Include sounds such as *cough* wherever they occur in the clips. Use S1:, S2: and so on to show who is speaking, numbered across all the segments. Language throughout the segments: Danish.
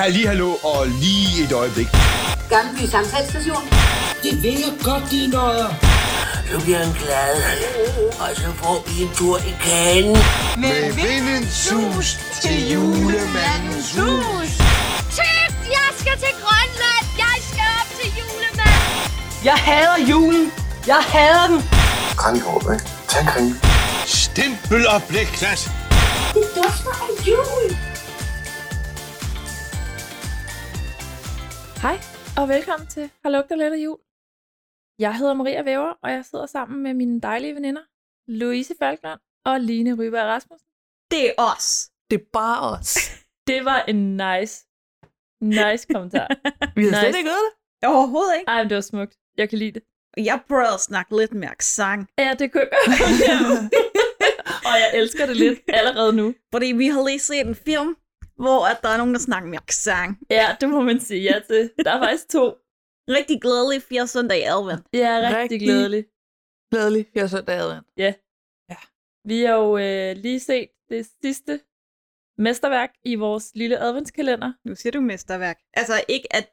S1: Halli, hallo og lige et øjeblik.
S2: Gammelby Samtalsstation.
S3: Det vil jeg godt, de nøjer.
S4: Så bliver han glad, og så får vi en tur i kagen.
S1: Med vindens sus til julemandens hus.
S5: Typ, jeg skal til Grønland. Jeg skal op til julemanden.
S6: Jeg hader julen. Jeg hader den.
S7: Kranjehåb, ikke? Tag en
S1: Stempel og blikklat.
S2: Det dufter af jul.
S8: Hej, og velkommen til Har lugter lidt af jul. Jeg hedder Maria Væver, og jeg sidder sammen med mine dejlige veninder, Louise Falkland og Line Ryberg Rasmussen.
S6: Det er os. Det er bare os.
S8: Det var en nice, nice kommentar.
S6: *laughs* Vi har slet
S8: Nice.
S6: ikke øvet det. Overhovedet ikke.
S8: Ej, men det var smukt. Jeg kan lide det.
S9: Jeg prøvede at snakke lidt med accent,
S8: Ja, det kunne jeg godt.
S6: *laughs*
S8: og jeg elsker det lidt allerede nu.
S9: fordi vi har lige set en film, hvor at der er nogen, der snakker med accent.
S8: Ja, det må man sige ja til. Der er faktisk to.
S9: Rigtig glædelig fire søndag i advent.
S8: Jeg er rigtig, rigtig.
S6: Rigtig.
S8: glædelig.
S6: Glædelig. Jeg så der advent.
S8: Vi har jo øh, lige set det sidste mesterværk i vores lille adventskalender.
S9: Nu siger du mesterværk. Altså ikke at,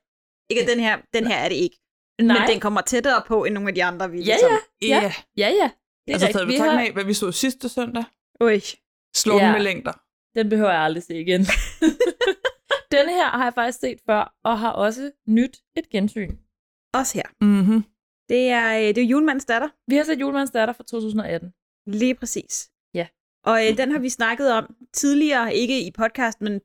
S9: ikke at den her, den her er det ikke.
S8: Nej,
S9: Men den kommer tættere på, end nogle af de andre, vi
S8: Ja,
S9: ligesom...
S8: Ja.
S6: Ja.
S8: ja, ja. Det er
S6: Altså taget
S8: rigtigt. Vi
S6: betragtning
S8: har-
S6: af, hvad vi så sidste søndag.
S9: Ui.
S6: Slå den
S8: Ja.
S6: med længder.
S8: Den behøver jeg aldrig se igen. Denne her har jeg faktisk set før, og har også nyt et gensyn.
S9: Også her.
S6: Mm-hmm.
S9: Det er, øh, det er julemandens datter.
S8: Vi har set Julemandens datter fra 2018.
S9: Lige præcis.
S8: Ja. Mm.
S9: Og øh, den har vi snakket om tidligere, ikke i podcast, men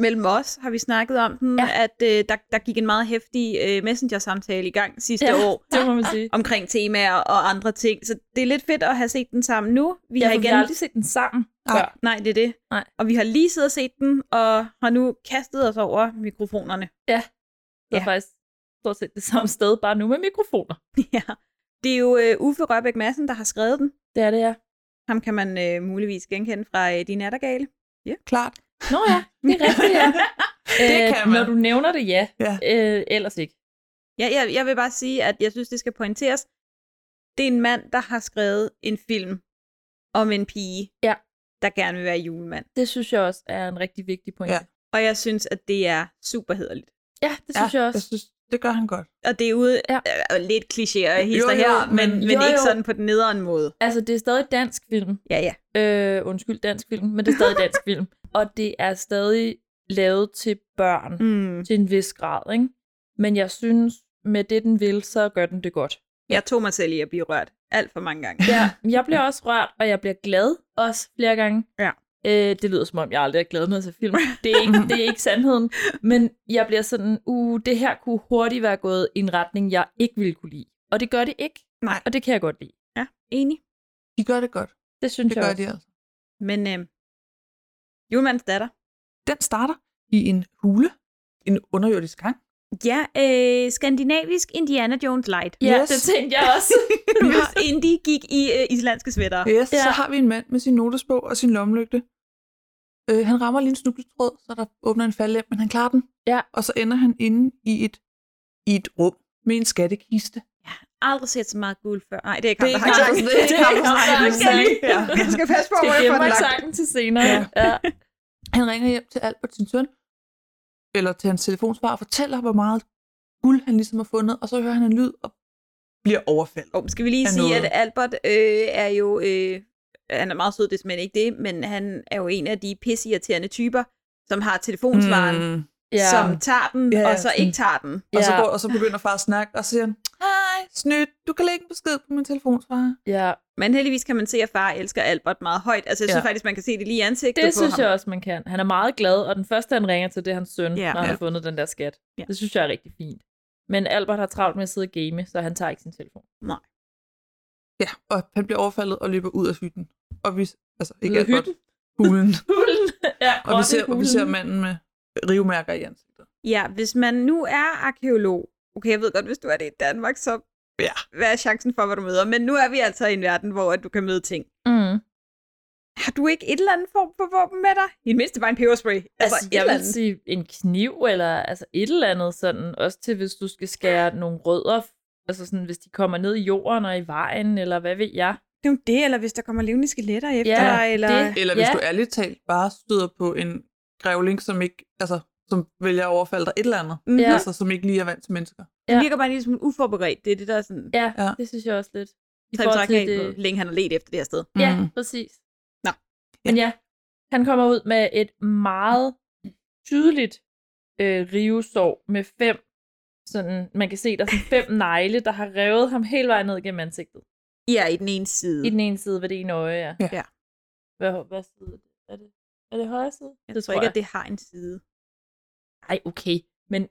S9: mellem os har vi snakket om den,
S8: Ja.
S9: ja. at øh, der, der gik en meget hæftig øh, messenger-samtale i gang sidste år.
S8: det må man sige.
S9: omkring temaer og andre ting. Så det er lidt fedt at have set den sammen nu. Vi
S8: Jeg
S9: har
S8: har, vi
S9: igen...
S8: har aldrig set den sammen
S6: Nej.
S8: før.
S9: Nej, det er det.
S8: Nej.
S9: Og vi har lige siddet og set den, og har nu kastet os over mikrofonerne. *laughs*
S8: Det er
S9: Ja.
S8: faktisk stort set det samme sted, bare nu med mikrofoner.
S9: ja. Det er jo øh, Uffe Rørbæk Madsen, der har skrevet den.
S8: Det er det, ja.
S9: Ham kan man øh, muligvis genkende fra øh, De Nattergale.
S6: Klart.
S8: Nå ja, det er rigtigt, *laughs* ja.
S6: Det
S8: Øh,
S6: kan man.
S8: Når du nævner det, ja.
S6: Ja.
S8: Øh, ellers ikke.
S9: ja, jeg, jeg vil bare sige, at jeg synes, det skal pointeres. Det er en mand, der har skrevet en film om en pige,
S8: Ja.
S9: der gerne vil være julemand.
S8: Det synes jeg også er en rigtig vigtig pointe. Ja,
S6: Ja.
S9: Og jeg synes, at det er super hederligt.
S8: ja det synes jeg også.
S6: Jeg synes, det gør han godt.
S9: og det er ude
S8: Ja.
S9: ja. øh, lidt klichéer og
S6: Jo,
S9: hister
S6: jo,
S9: her, men,
S6: men-
S9: men
S8: jo,
S9: ikke
S8: jo.
S9: sådan på den nederen måde.
S8: Altså, det er stadig dansk film.
S9: Ja, ja.
S8: Øh, undskyld, dansk film, men det er stadig dansk film. Og det er stadig lavet til børn, mm.
S9: Mm.
S8: til en vis grad, ikke? Men jeg synes, med det, den vil, så gør den det godt.
S9: Jeg tog mig selv i at blive rørt alt for mange gange.
S8: Ja, jeg bliver også rørt, og jeg bliver glad også flere gange.
S9: Ja.
S8: Øh, det lyder som om, jeg aldrig har glædet mig til film. Det er, ikke, det er ikke sandheden. Men jeg bliver sådan, uh, det her kunne hurtigt være gået i en retning, jeg ikke ville kunne lide. Og det gør det ikke.
S9: Nej.
S8: Og det kan jeg godt lide.
S9: Ja, enig.
S6: *laughs* De gør det godt.
S8: Det synes
S6: Det
S8: jeg
S6: gør
S8: også.
S6: de altså.
S9: Men øh, julemandens datter.
S6: Den starter i en hule. En underjordisk gang.
S9: Ja, øh, skandinavisk Indiana Jones *laughs* Light.
S8: Ja,
S6: Yes.
S8: det tænkte jeg også.
S9: Indy gik i øh, islandske svætter.
S6: Yes,
S8: Ja.
S6: ja. så har vi en mand med sin notesbog og sin lommelygte. Øh, han rammer lige en snubletråd, så der åbner en faldlem, men han klarer den.
S8: Ja.
S6: Og så ender han inde i et, i et rum med en skattekiste.
S9: Aldrig set så meget guld før. Nej, det er ikke
S6: Det
S9: ham,
S6: er
S9: der
S6: ikke
S9: har
S6: ham, det er
S9: sagt *laughs*
S6: ikke ham, der har sagt det.
S8: *laughs*
S9: Jeg skal
S6: Ja.
S9: lige- Jeg skal passe på,
S8: Skal
S9: hvor jeg får
S8: gemme
S9: den
S8: mig
S9: lagt.
S8: sangen til senere.
S6: Ja.
S8: ja.
S6: Han ringer hjem til Albert, sin søn, eller til hans telefonsvar, og fortæller, hvor meget guld han ligesom har fundet, og så hører han en lyd og bliver overfaldet.
S9: Oh, skal vi lige
S6: af
S9: sige,
S6: noget.
S9: at Albert øh, er jo... Øh, han er meget sød, det er simpelthen ikke det, men han er jo en af de pissirriterende typer, som har telefonsvaren, mm. *laughs*
S8: Ja.
S9: som tager den,
S6: Ja,
S9: og så
S6: sådan.
S9: ikke tager den.
S6: Og, så
S8: Ja.
S6: går, og så begynder far at snakke, og så siger han, hej, snydt, du kan lægge en besked på min telefonsvar.
S8: ja.
S9: Men heldigvis kan man se, at far elsker Albert meget højt. Altså, jeg synes
S6: Ja.
S9: faktisk, man kan se det lige i ansigtet
S8: Det
S9: på
S8: synes
S9: ham.
S8: jeg også, man kan. Han er meget glad, og den første, han ringer til, det er hans søn, ja.
S9: Ja.
S8: når han
S6: Ja.
S8: har fundet den der skat. Ja.
S9: Ja.
S8: Det synes jeg er rigtig fint. Men Albert har travlt med at sidde og game, så han tager ikke sin telefon.
S6: Ja, og han bliver overfaldet og løber ud af hytten. Og vi, altså ikke
S8: Ud af
S6: alt godt, hulen.
S9: *laughs*
S8: Hulen. ja,
S6: og, vi ser, og vi ser
S8: grottehulen.
S6: manden med rivmærker i ansigtet.
S9: Ja, hvis man nu er arkeolog, okay, jeg ved godt, hvis du er det i Danmark, så
S6: Ja.
S9: hvad er chancen for, hvad du møder? Men nu er vi altså i en verden, hvor at du kan møde ting.
S8: Mm.
S9: Har du ikke et eller andet form for våben med dig? I det mindste bare en peberspray. Altså,
S8: Altså,
S9: altså et
S8: jeg
S9: eller
S8: vil
S9: andet.
S8: sige en kniv, eller altså et eller andet sådan, også til hvis du skal skære nogle rødder, altså sådan, hvis de kommer ned i jorden og i vejen, eller hvad ved jeg.
S9: Det er jo det, eller hvis der kommer levende skeletter efter
S8: Ja,
S9: dig, eller...
S8: det.
S6: Eller hvis
S8: Ja.
S6: du ærligt talt bare støder på en grævling, som ikke, altså, som vælger at overfalde dig et eller andet.
S9: Mm.
S8: Ja.
S9: Ja.
S6: Altså, som ikke lige er vant til mennesker.
S9: Det virker bare en lille smule uforberedt. Det er det, der er sådan...
S8: Ja,
S6: Ja.
S8: ja, det synes jeg også lidt. I
S9: Tag i
S8: forhold
S9: betragtning
S8: til
S9: af,
S8: det,
S9: hvor længe han har let efter det her sted.
S8: Ja,
S6: Mm.
S8: præcis.
S9: Nå.
S8: Men ja, han kommer ud med et meget tydeligt øh, rivesår med fem, sådan, man kan se, der er sådan fem negle, der har revet ham hele vejen ned gennem ansigtet.
S9: Ja, i den ene side.
S8: I den ene side ved det ene øje, ja.
S6: Ja.
S9: Ja.
S8: Hvad, hvad side er det? er det? Er det højre side?
S9: Jeg tror ikke, at det har en side.
S8: Ej, okay. Men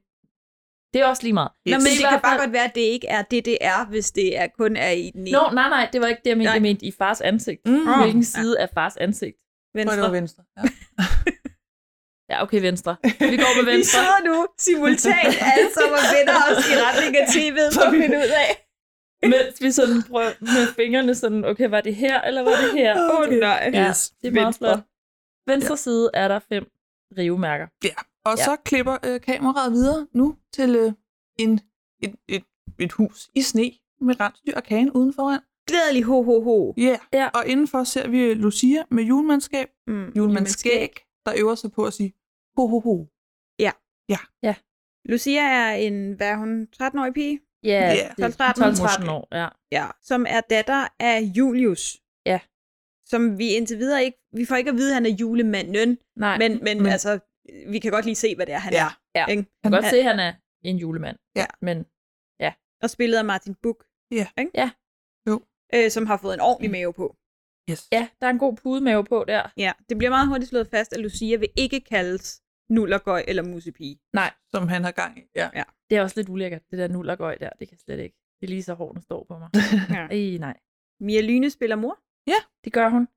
S8: det er også lige meget.
S9: Nå, men
S8: i
S9: det
S8: hvert
S9: kan bare
S8: fald-
S9: godt være, at det ikke er det, det er, hvis det er, kun er i den ene
S8: Nå, nej, nej, det var ikke det, jeg mente.
S9: Nej.
S8: Jeg mente i fars ansigt. Ah,
S6: Mm.
S8: Hvilken
S9: Ja.
S8: side af fars
S6: Jeg
S8: ansigt?
S6: tror,
S9: venstre.
S6: det var venstre. *laughs* Ja.
S8: Ja, okay,
S9: *laughs*
S8: venstre. Vi går med
S9: Vi
S8: venstre.
S9: sidder nu simultant alle sammen og vender os i retning af tv'et for at finde ud af.
S8: Mens vi sådan prøver med fingrene sådan, okay, var det her, eller var det her?
S9: Åh oh, nej.
S8: Ja, det er meget
S9: Venstre.
S8: flot. Venstre side er der fem rivemærker.
S6: Og
S8: Ja.
S6: så klipper øh, kameraet videre nu til øh, en, et, et, et hus i sne med rensdyr og kagen uden foran.
S9: Glædelig ho ho ho.
S6: Yeah.
S8: Ja.
S6: Og indenfor ser vi øh, Lucia med julemandskab,
S9: Mm.
S6: julemandskæg, der øver sig på at sige ho ho ho.
S9: Lucia er en, hvad er hun, 13-årig pige?
S8: Ja,
S6: Ja,
S8: det er
S9: 12-13
S8: 12-13 år, ja.
S9: Ja. Som er datter af Julius.
S8: Ja.
S9: Som vi indtil videre ikke, vi får ikke at vide, at han er julemanden,
S8: Nej,
S9: men, men,
S6: Men-
S9: men altså, vi kan godt lige se, hvad det er, han
S6: Ja.
S9: er.
S8: Ja.
S9: Ikke?
S8: jeg kan godt
S9: han-
S8: se, at han er en julemand.
S6: Ja.
S8: Men
S9: Og spillet af Martin Buch.
S6: Ja.
S9: Ikke?
S8: Ja.
S6: Jo.
S9: Øh, som har fået en ordentlig mave på.
S6: Yes.
S8: ja, der er en god pudemave på der.
S9: Ja, det bliver meget hurtigt slået fast, at Lucia vil ikke kaldes nullergøj eller musepige.
S8: Nej,
S6: Som han har gang i. Ja.
S8: det er også lidt ulækkert, det der nullergøj der. Det kan jeg slet ikke. Det er lige så hården står på
S6: *laughs*
S8: mig.
S9: Ja.
S8: Ej, nej.
S9: Mia Lyne spiller mor.
S8: Det gør hun.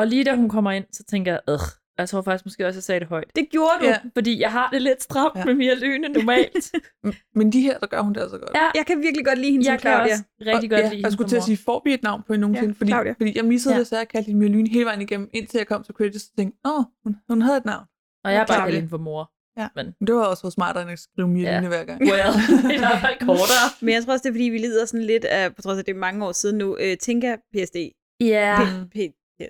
S8: Og lige da hun kommer ind, så tænker jeg, Ugh. jeg tror faktisk måske også, jeg sagde det højt.
S9: Det gjorde du.
S6: Ja.
S9: Ja.
S8: Fordi jeg har det lidt stramt
S6: Ja.
S8: ja. med Mia Lyne
S6: *laughs*
S8: normalt.
S6: Men de her, der gør hun det altså godt.
S8: Ja,
S9: Jeg kan virkelig godt lide hende
S8: jeg
S9: som
S8: kan
S9: Claudia.
S8: også rigtig godt
S6: Og-
S8: lide
S6: Jeg skulle til at sige, får vi et navn på hende nogensinde?
S9: Ja,
S6: fordi,
S9: Claudia.
S6: fordi jeg missede
S8: Ja.
S6: desværre at kalde hende Mia Lyne hele vejen igennem, indtil jeg kom til credits og tænkte, åh, hun, hun havde et navn.
S8: Og jeg er bare
S6: Claudia.
S8: Ellen for mor.
S6: Men det var også så smartere, end at skrive Mia
S8: Ja.
S6: Lyne hver gang.
S8: Well, *laughs* det er i hvert fald kortere.
S9: Men jeg tror også, det er fordi, vi lider sådan lidt af, på trods af det er mange år siden nu, øh, tænker PSD.
S8: Ja.
S9: P- P- PSD. Ja.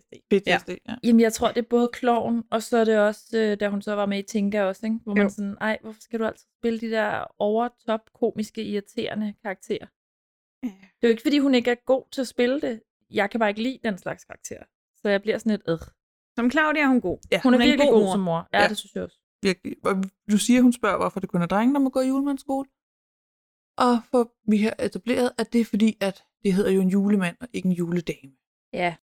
S6: PTSD, ja.
S8: Jamen, jeg tror, det er både kloven, og så er det også, øh, da hun så var med i Tinka også, ikke? hvor man
S9: Jo.
S8: sådan, ej, hvorfor skal du altid spille de der overtop, komiske, irriterende karakterer?
S9: Ja.
S8: Det er jo ikke, fordi hun ikke er god til at spille det. Jeg kan bare ikke lide den slags karakterer. Så jeg bliver sådan lidt, øh.
S9: Som Claudia er hun god.
S6: ja.
S8: Hun er
S9: en
S8: virkelig
S9: god
S8: god,
S9: mor.
S8: som mor. Ja,
S6: Ja.
S8: ja, det synes jeg også.
S6: virkelig. Og Lucia, hun spørger, hvorfor det kun er drenge, der må gå i julemandsskole. Og for vi har etableret, at det er fordi, at det hedder jo en julemand og ikke en juledame.
S8: Ja.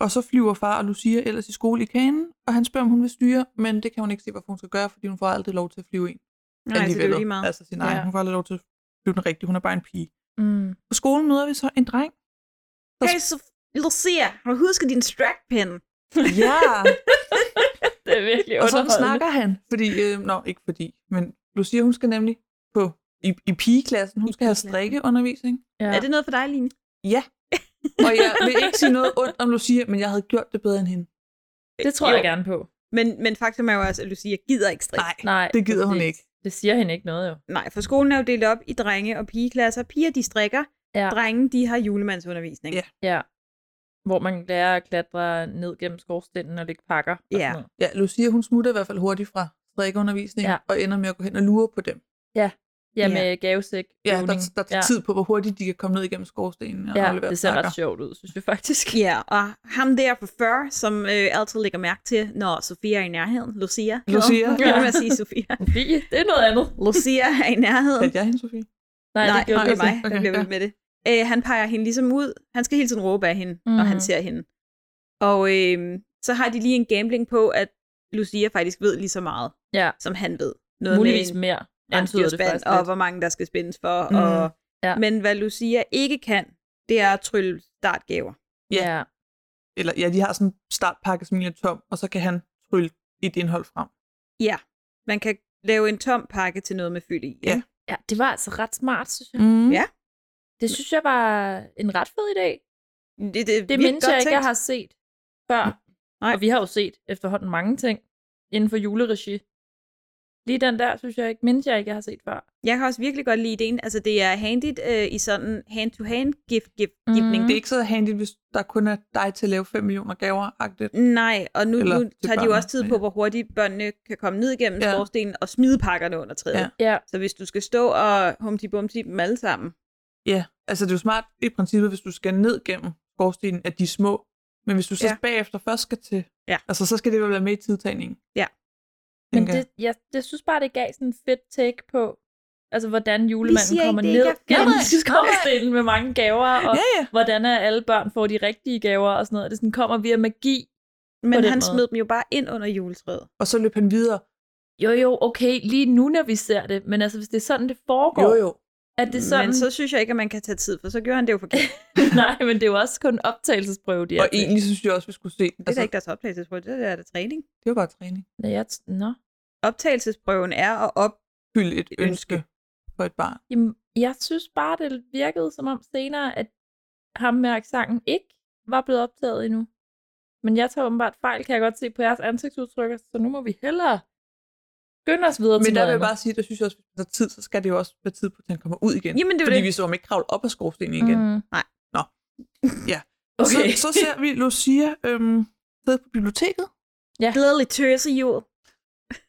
S6: Og så flyver far og Lucia ellers i skole i kanen, og han spørger, om hun vil styre, men det kan hun ikke se, hvorfor hun skal gøre, fordi hun får aldrig lov til at flyve en.
S9: Nej, så det er jo lige meget.
S6: Altså sin egen.
S8: Ja.
S6: Hun får aldrig lov til at flyve den rigtige. Hun er bare en pige.
S8: Mm.
S6: På skolen møder vi så en dreng.
S9: Hey, så Lucia, har du husket din strap pen?
S6: Ja! *laughs*
S8: Det er virkelig
S6: og sådan
S8: underholdende.
S6: snakker han. Fordi, øh, nå, ikke fordi, men Lucia, hun skal nemlig på, i, i pigeklassen, hun skal have strikkeundervisning.
S8: Ja.
S9: Er det noget for dig, Line?
S6: Ja. Og jeg vil ikke sige noget ondt om Lucia, men jeg havde gjort det bedre end hende.
S8: det tror
S9: Jo.
S8: jeg gerne på.
S9: Men, men faktum er jo også, at Lucia gider ikke strik.
S6: Nej,
S8: Nej,
S6: det gider hun
S8: præcis.
S6: ikke.
S8: Det siger hende ikke noget, jo.
S9: Nej, for skolen er jo delt op i drenge- og pigeklasser. Piger, de strikker.
S8: Ja.
S9: Drenge, de har julemandsundervisning.
S6: Ja.
S8: Ja. Hvor man lærer at klatre ned gennem skorstenen og lægge pakker. Og
S9: Ja.
S8: sådan noget.
S6: Ja, Lucia, hun smutter i hvert fald hurtigt fra strikkeundervisningen, ja.
S8: Ja.
S6: og ender med at gå hen og lure på dem.
S8: ja,
S9: Ja.
S8: med gavesæk.
S6: Ja, der,
S8: låning.
S6: der tager tid på, hvor hurtigt de kan komme ned igennem skorstenen og
S8: Ja,
S6: aflevere
S8: det ser
S6: pakker.
S8: ret sjovt ud, synes jeg faktisk. *laughs*
S9: Ja, og ham der på 40, som øh, altid lægger mærke til, når Sofia er i nærheden. Lucia.
S6: Lucia.
S9: Nå, Jeg vil sige Sofia.
S8: Sofie, det er noget andet.
S9: Lucia er i nærheden.
S6: Fandt jeg hende, Sofie?
S8: Nej,
S9: Nej,
S8: det gjorde
S9: det
S8: det
S9: er mig, der
S6: Okay,
S9: bliver
S6: ja.
S9: ved med det. Øh, han peger hende ligesom ud. Han skal hele tiden råbe af hende, mm. når han
S8: Mhm.
S9: ser hende. Og øh, så har de lige en gambling på, at Lucia faktisk ved lige så meget,
S8: Ja.
S9: som han ved.
S8: noget Muligvis
S9: med
S8: mere,
S9: en
S8: antyder det
S9: rensdyrspand,
S8: faktisk
S9: og
S8: lidt.
S9: hvor mange der skal spændes for.
S6: Mhm.
S9: Mm. Og,
S8: Ja.
S9: Men hvad Lucia ikke kan, det er at trylle startgaver.
S6: Ja.
S8: Ja,
S6: Eller ja, de har sådan en startpakke, som egentlig er tom, og så kan han trylle et indhold frem.
S9: Ja, man kan lave en tom pakke til noget med fyld i. ikke?
S6: Ja.
S8: ja, det var altså ret smart, synes jeg.
S6: Mm.
S9: Ja.
S8: Det
S9: Mm.
S8: synes jeg var en ret fed idé.
S9: Det, det, er
S8: Det
S9: vildt
S8: mindes jeg
S9: godt
S8: ikke,
S9: tænkt.
S8: jeg har set før.
S9: Nej.
S8: Og vi har jo set efterhånden mange ting inden for juleregi. Lige den der, synes jeg ikke, mindes jeg ikke, jeg har set før.
S9: Jeg kan også virkelig godt lide ideen. Altså, det er handigt øh, i sådan hand-to-hand gift, gift, giftning.
S8: Mm.
S6: Det er ikke så handigt, hvis der kun er dig til at lave 5 millioner gaver. -agtigt.
S9: Nej, og nu,
S6: Eller
S9: nu
S6: til
S9: tager de jo
S6: børnene,
S9: også tid på,
S6: ja.
S9: hvor hurtigt børnene kan komme ned igennem
S6: Ja.
S9: ja. skorstenen og smide pakkerne under træet.
S6: Ja.
S9: Ja.
S8: Ja,
S9: Så hvis du skal stå og humti-bumti dem alle sammen.
S6: Ja, altså det er jo smart i princippet, hvis du skal ned gennem skorstenen, at de er små. Men hvis du så ja.
S9: Ja.
S6: bagefter først skal til,
S9: Ja.
S6: altså så skal det jo være med i tidtagningen.
S9: Ja.
S8: men
S6: Tænker
S8: det,
S6: jeg.
S8: jeg, det synes bare, det gav sådan en fedt take på, altså hvordan
S9: siger
S8: julemanden
S9: ikke,
S8: kommer
S9: det
S8: ned
S9: ikke er
S8: gennem *laughs*
S6: fedt.
S8: skorstenen med mange gaver, og
S6: Ja, ja.
S8: hvordan er alle børn får de rigtige gaver og sådan noget. Det sådan kommer via magi. På
S9: Men
S8: den
S9: han
S8: måde.
S9: smed dem jo bare ind under juletræet.
S6: Og så løb han videre.
S8: Jo, jo, okay, lige nu, når vi ser det, men altså, hvis det er sådan, det foregår,
S6: Jo, jo.
S8: at det er sådan...
S9: Men så synes jeg ikke, at man kan tage tid, for så gjorde han det jo forkert.
S8: *laughs* Nej, men det er jo også kun en optagelsesprøve, de
S6: Og
S8: er til.
S6: egentlig synes jeg også, vi skulle se den.
S9: Det er da
S8: Altså-
S9: ikke deres optagelsesprøve, det er da træning.
S6: det var bare træning.
S8: Nå, jeg t- Nå.
S9: Optagelsesprøven er at op...
S6: Fyld et
S9: Et
S6: ønske
S9: ønske.
S6: for et barn.
S8: Jamen, jeg synes bare, det virkede som om senere, at ham med aksangen ikke var blevet optaget endnu. Men jeg tager åbenbart fejl, kan jeg godt se på jeres ansigtsudtryk, så nu må vi hellere skynde os videre
S6: Men
S8: til
S6: der
S8: noget
S6: vil jeg
S8: andet.
S6: bare sige, der synes jeg også, hvis der er tid, så skal det jo også være tid på, at den kommer ud igen.
S9: Jamen, det er jo
S6: Fordi
S9: det.
S6: vi så om ikke kravle op af skorstenen igen.
S8: Mm.
S6: Okay.
S8: *laughs* Okay.
S6: Så, så ser vi Lucia øhm, sidde på biblioteket.
S9: Glædelig tøse jul.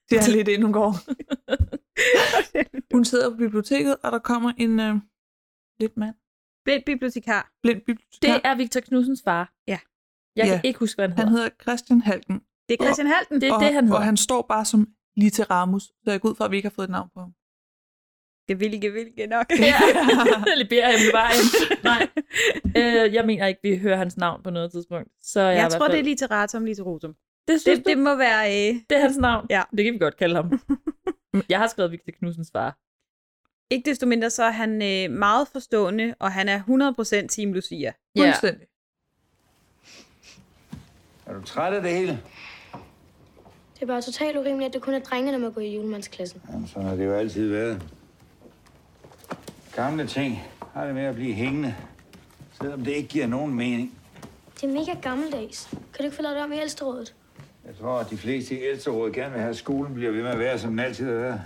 S6: Det er lidt inden hun går. Altså- *laughs* Hun sidder på biblioteket, og der kommer en øh, lidt mand,
S9: Blind bibliotekar.
S6: blind bibliotekar.
S8: Det er Victor Knudsens far.
S9: Ja.
S8: Jeg kan
S6: Ja.
S8: ikke huske, hvad han
S6: Han
S8: hedder.
S6: hedder Christian Halken,
S9: Det er Christian Halten.
S8: Det
S6: og,
S8: er det, han
S6: og
S8: *laughs* hedder.
S6: han står bare som Literamus, så jeg går ud fra, at vi ikke har fået et navn på ham.
S9: Gevilge, vilge nok. *laughs*
S8: Eller beder jeg bare. *laughs* Nej. Øh, jeg mener ikke, vi hører hans navn på noget tidspunkt. Så jeg,
S9: Jeg
S8: i hvert
S9: tror,
S8: fald-
S9: det er literatum, literatum.
S8: det, synes
S9: Det,
S8: du?
S9: det må være... Øh,
S8: Det er hans navn.
S9: Ja.
S8: Det kan vi godt
S9: *laughs*
S8: kalde ham. jeg har skrevet Victor Knudsens far.
S9: ikke desto mindre, så er han øh, meget forstående, og han er 100% Team Lucia.
S6: Fuldstændig.
S1: Er du træt af det hele?
S10: Det er bare totalt urimeligt, at det kun er drenge, der må gå i julemandsklassen.
S1: Jamen, sådan har det jo altid været. Gamle ting har det med at blive hængende, selvom det ikke giver nogen mening.
S10: Det er mega gammeldags. Kan du ikke få lavet det om i ældsterådet?
S1: Jeg tror, at de fleste i ældsterådet gerne vil have, at skolen bliver ved med at være, som den altid har været.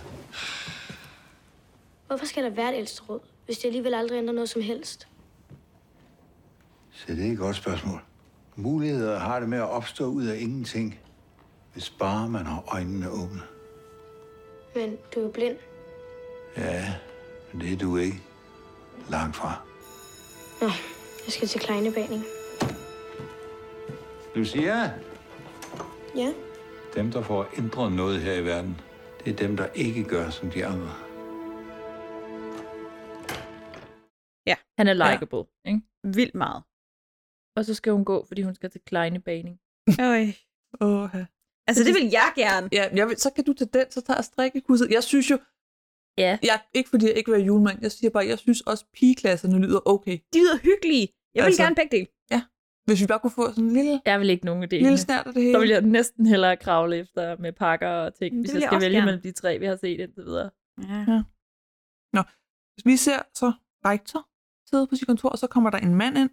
S10: Hvorfor skal der være et ældsteråd, hvis det alligevel aldrig ændrer noget som helst?
S1: Så det er et godt spørgsmål. Muligheder har det med at opstå ud af ingenting, hvis bare man har øjnene åbne.
S10: Men du er jo blind.
S1: Ja, men det er du ikke. Langt fra.
S10: Nå, jeg skal til Kleinebaning.
S1: Lucia,
S10: Ja?
S1: dem, der får ændret noget her i verden, det er dem, der ikke gør som de andre.
S8: Han er likable. Ja. Ikke?
S9: Vildt meget.
S8: Og så skal hun gå, fordi hun skal til Kleinebaning.
S9: Øj.
S6: Åh, ja.
S9: Altså, det vil jeg gerne.
S6: ja men jeg vil, så kan du tage den, så tager jeg strikkekurset. Jeg synes jo,
S8: Ja.
S6: jeg, ikke fordi jeg ikke vil være julemand, jeg siger bare, jeg synes også, pigeklasserne lyder okay.
S9: De lyder hyggelige. Jeg vil
S6: Altså.
S9: altså. gerne begge dele.
S6: Hvis vi bare kunne få sådan en lille,
S8: Jeg vil ikke nogen af det.
S6: lille snært af det hele.
S8: Så vil jeg næsten hellere kravle efter med pakker og ting,
S9: Det
S8: hvis
S9: vil
S8: jeg
S9: jeg
S8: skal
S9: også
S8: vælge
S9: gerne.
S8: mellem de tre, vi har set indtil videre.
S9: Ja.
S6: Hvis vi ser så rektor sidde på sit kontor, og så kommer der en mand ind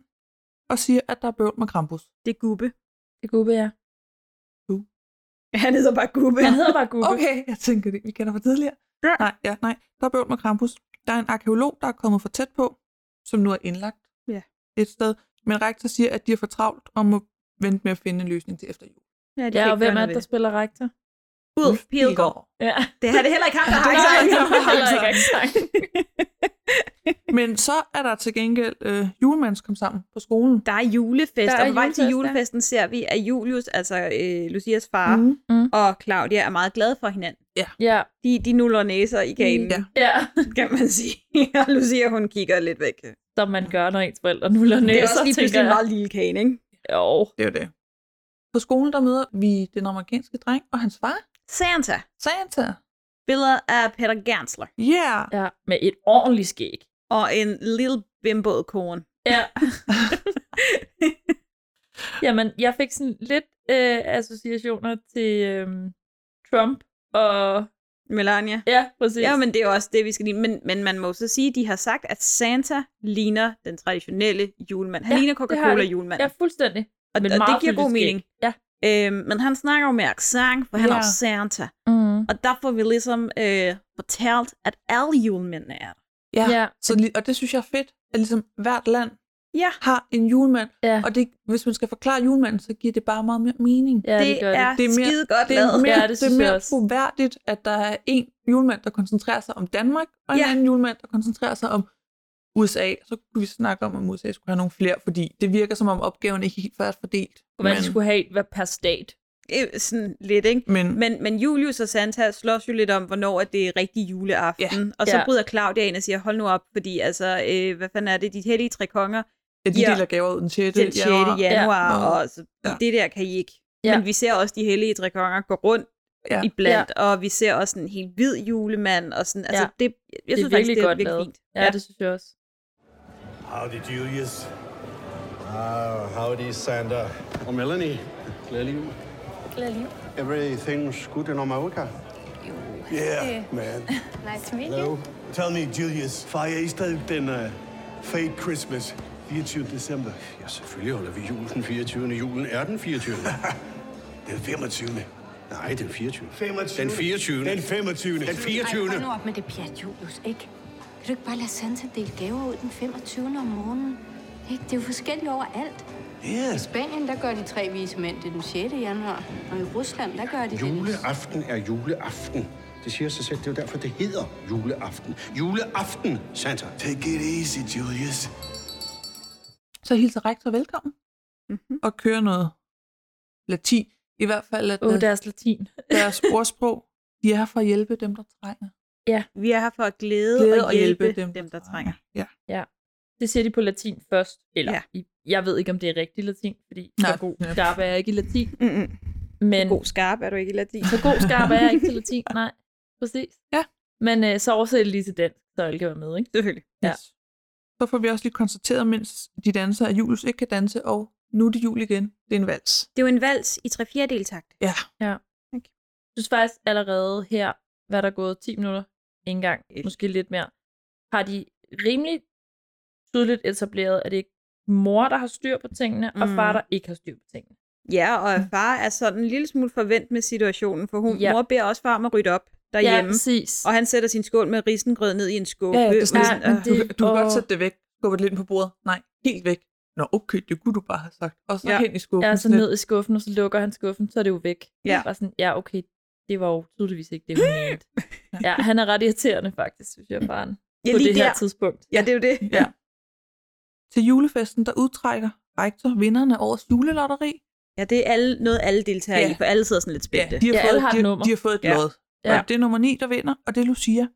S6: og siger, at der er bøvl med Krampus.
S9: Det er Gubbe.
S8: Det gubbe, ja.
S9: Han hedder bare Gubbe.
S8: Han hedder bare gubbe.
S6: Okay, jeg tænker det, vi kender fra tidligere.
S9: Ja.
S6: Nej, ja, nej. Der er bøvl med Krampus. Der er en arkeolog, der er kommet for tæt på, som nu er indlagt
S9: Ja.
S6: et sted. Men rektor siger, at de er for travlt og må vente med at finde en løsning til efter
S9: *laughs*
S6: jul.
S9: Ja,
S8: Ja, og hvem er det, der spiller rektor?
S9: Ulf Pilgaard.
S8: *laughs* Ja.
S9: Det her det er heller ikke ham, der
S8: *laughs*
S9: har
S8: Nej,
S9: accent.
S8: han har heller ikke accent.
S6: Men så er der til gengæld øh, julemandens kom sammen på skolen.
S9: *laughs* Der er julefest,
S8: Der
S9: der
S8: er
S9: er og på vej til
S8: julefest, ja.
S9: julefesten ser vi, at Julius, altså øh, Lucias
S8: *laughs*
S9: far, mm.
S6: Mhm.
S9: og Claudia er meget glade for hinanden.
S8: Ja.
S9: De, de nuller næser i kagen,
S6: Ja.
S9: ja.
S8: Mm. Ja.
S9: *laughs* kan man sige. *laughs* og Lucia, hun kigger lidt væk. Det
S8: Som man gør, når ens forældre nuller
S9: er
S8: næser,
S9: også lige
S8: tænker
S9: pludselig en
S8: jeg.
S9: meget lille kage, ikke?
S8: Jo.
S6: Det er jo det. På skolen der møder vi den amerikanske dreng og hans far,
S9: Santa.
S6: Santa.
S9: Billeder af Peter Gansler.
S6: Yeah.
S8: Ja, med et ordentligt skæg.
S9: Og en lille bimboet korn.
S8: Ja. *laughs* Jamen, jeg fik sådan lidt øh, associationer til øh, Trump og...
S9: Melania.
S8: Ja, præcis.
S9: Ja, men det er jo også det, vi skal lide. Men, men man må så sige, at de har sagt, at Santa ligner den traditionelle julemand. Han
S8: Ja,
S9: ja, ligner
S8: det har de.
S9: Coca-Cola-julemanden.
S8: Ja, fuldstændig.
S9: og,
S8: men
S9: og det
S8: meget
S9: giver god
S8: politisk
S9: mening.
S8: ikke. Ja.
S9: Øhm, men han snakker jo med accent, for han
S6: Ja.
S9: er Santa.
S8: Mm.
S9: Og der får vi ligesom øh, fortalt, at alle julemændene er der.
S6: Ja.
S8: Ja.
S6: ja. Så, li- og det synes jeg er fedt, at ligesom hvert land
S9: Ja.
S6: har en julemand.
S8: Ja.
S6: Og det, hvis man skal forklare julemanden, så giver det bare meget mere mening.
S8: Ja, det,
S9: det,
S8: gør
S9: er
S8: det.
S6: Det er mere-
S9: skide godt
S6: Det
S9: lavet.
S6: er mere,
S8: Ja,
S6: ja,
S8: det
S6: det det
S8: synes
S6: er
S8: jeg
S6: mere
S8: også.
S6: troværdigt, at der er en julemand, der koncentrerer sig om Danmark, og en
S9: Ja.
S6: ja. anden julemand, der koncentrerer sig om USA. Så kunne vi snakke om, om USA skulle have nogle flere, fordi det virker som om opgaven ikke helt er fordelt.
S8: Hvad de skulle have hvad per stat.
S9: Øh, sådan lidt, ikke?
S6: men, men,
S9: Men, men Julius og Santa slås jo lidt om, hvornår at det er rigtig juleaften.
S6: Ja.
S9: Og så
S8: Ja.
S9: bryder Claudia ind og siger, hold nu op, fordi altså, øh, hvad fanden er det, de hellige tre konger
S6: ja, de
S9: ja.
S6: deler gaver ud den 6.
S9: den 6. januar, januar
S6: Ja.
S9: og så,
S6: Ja.
S9: det der kan I ikke.
S8: Ja.
S9: Men vi ser også de hellige tre konger gå rundt
S6: Ja.
S9: i blandt, og vi ser også sådan en helt hvid julemand, og sådan, altså
S8: Ja.
S9: det, jeg
S8: Jeg
S9: synes
S8: det er
S9: faktisk,
S8: virkelig
S9: det er
S8: godt
S9: virkelig
S8: lavet.
S9: fint.
S8: Ja, det synes jeg også.
S11: Howdy, Julius. Ah, howdy, Sandra. Og Melanie. Glædelig jul. Everything's good in America. Yeah, man.
S5: Nice to meet
S11: Hello. Tell me, Julius, fejrer I stadig den uh, fake Christmas 24. december? Ja, selvfølgelig holder vi jul den 24. Julen er den 24. *laughs* den 25. Nej, den 24. 25. Den 24. Den 25. Den 24.
S2: Hold nu op med det pjat, Julius, ikke? Kan du ikke bare lade Santa dele gaver ud den 25. om morgenen? Ikke? Det er jo forskelligt overalt.
S11: Yes.
S2: Spanien, der gør de tre vise mænd det den 6. januar. Og i Rusland, der gør de det. den-
S11: Juleaften er juleaften. Det siger sig selv, det er jo derfor, det hedder juleaften. Juleaften, Santa. Take it easy, Julius.
S6: Så hilser rektor velkommen mm-hmm. og kører noget latin. I hvert fald, at
S8: Åh, oh,
S6: øh,
S8: deres latin.
S6: deres ordsprog, de er her for at hjælpe dem, der trænger.
S9: Vi er her for at glæde,
S6: Glæde
S9: og hjælpe, dem, dem, der trænger.
S6: Ja.
S8: Det siger de på latin først. Eller,
S9: Ja.
S8: ja. i, jeg ved ikke, om det er rigtig latin, fordi
S6: Nej.
S8: så god
S6: Ja.
S8: skarp er jeg ikke i
S9: *laughs*
S8: latin.
S9: Mm-mm.
S8: Men
S9: God skarp er du ikke i latin.
S8: så god skarp er jeg ikke til latin. Nej, præcis.
S6: Ja.
S8: Men øh, så oversætter de lige til dansk, så alle kan være med, ikke?
S9: Selvfølgelig.
S8: Ja.
S6: Yes. Så får vi også lige konstateret, mens de danser, at Julius ikke kan danse, og nu er det jul igen. Det er en vals.
S9: Det er jo en vals i tre takt.
S6: Ja.
S8: Jeg synes faktisk allerede her, hvad der er gået 10 minutter, ikke engang, måske lidt mere, har de rimelig tydeligt etableret, at det er mor, der har styr på tingene, mm. og
S9: Mm.
S8: far, der ikke har styr på tingene.
S9: Ja, og at far er sådan en lille smule forvent med situationen, for hun,
S8: Mm. Ja.
S9: ja. mor beder også far om at rydde op derhjemme.
S8: Ja, præcis.
S9: Og han sætter sin skål med risengrød ned i en skuffe.
S6: Ja, ja, det er
S9: med
S6: sådan,
S8: men
S9: øh,
S6: Du, kan- du kan
S8: og-
S6: godt sætte det væk. Skubbe det lidt ind på bordet. Nej, helt væk. Nå, okay, det kunne du bare have sagt. Og så
S9: Ja.
S6: ja. hen i skuffen.
S8: Ja, så
S6: sådan
S8: ned i skuffen, og så lukker han skuffen, så er det jo væk.
S9: Ja.
S8: Bare sådan, ja, okay, det var jo tydeligvis ikke det,
S9: *gasps*
S8: hun mente. Ja, han er ret irriterende faktisk, synes jeg, faren.
S9: Ja,
S8: på
S9: lige
S8: det her
S9: der.
S8: tidspunkt.
S9: Ja, det er jo det.
S8: Ja.
S6: lidt. Til julefesten, der udtrækker rektor vinderne af årets julelotteri.
S9: Ja, det er alle, noget, alle deltager
S6: Ja.
S9: i, for alle sidder sådan lidt spændte.
S6: de har,
S8: Ja,
S6: fået,
S8: alle har
S6: de,
S8: et
S6: har,
S8: nummer.
S6: de har fået et
S9: Ja.
S6: lod.
S8: Ja.
S6: Og det er nummer 9, der vinder, og det er Lucia.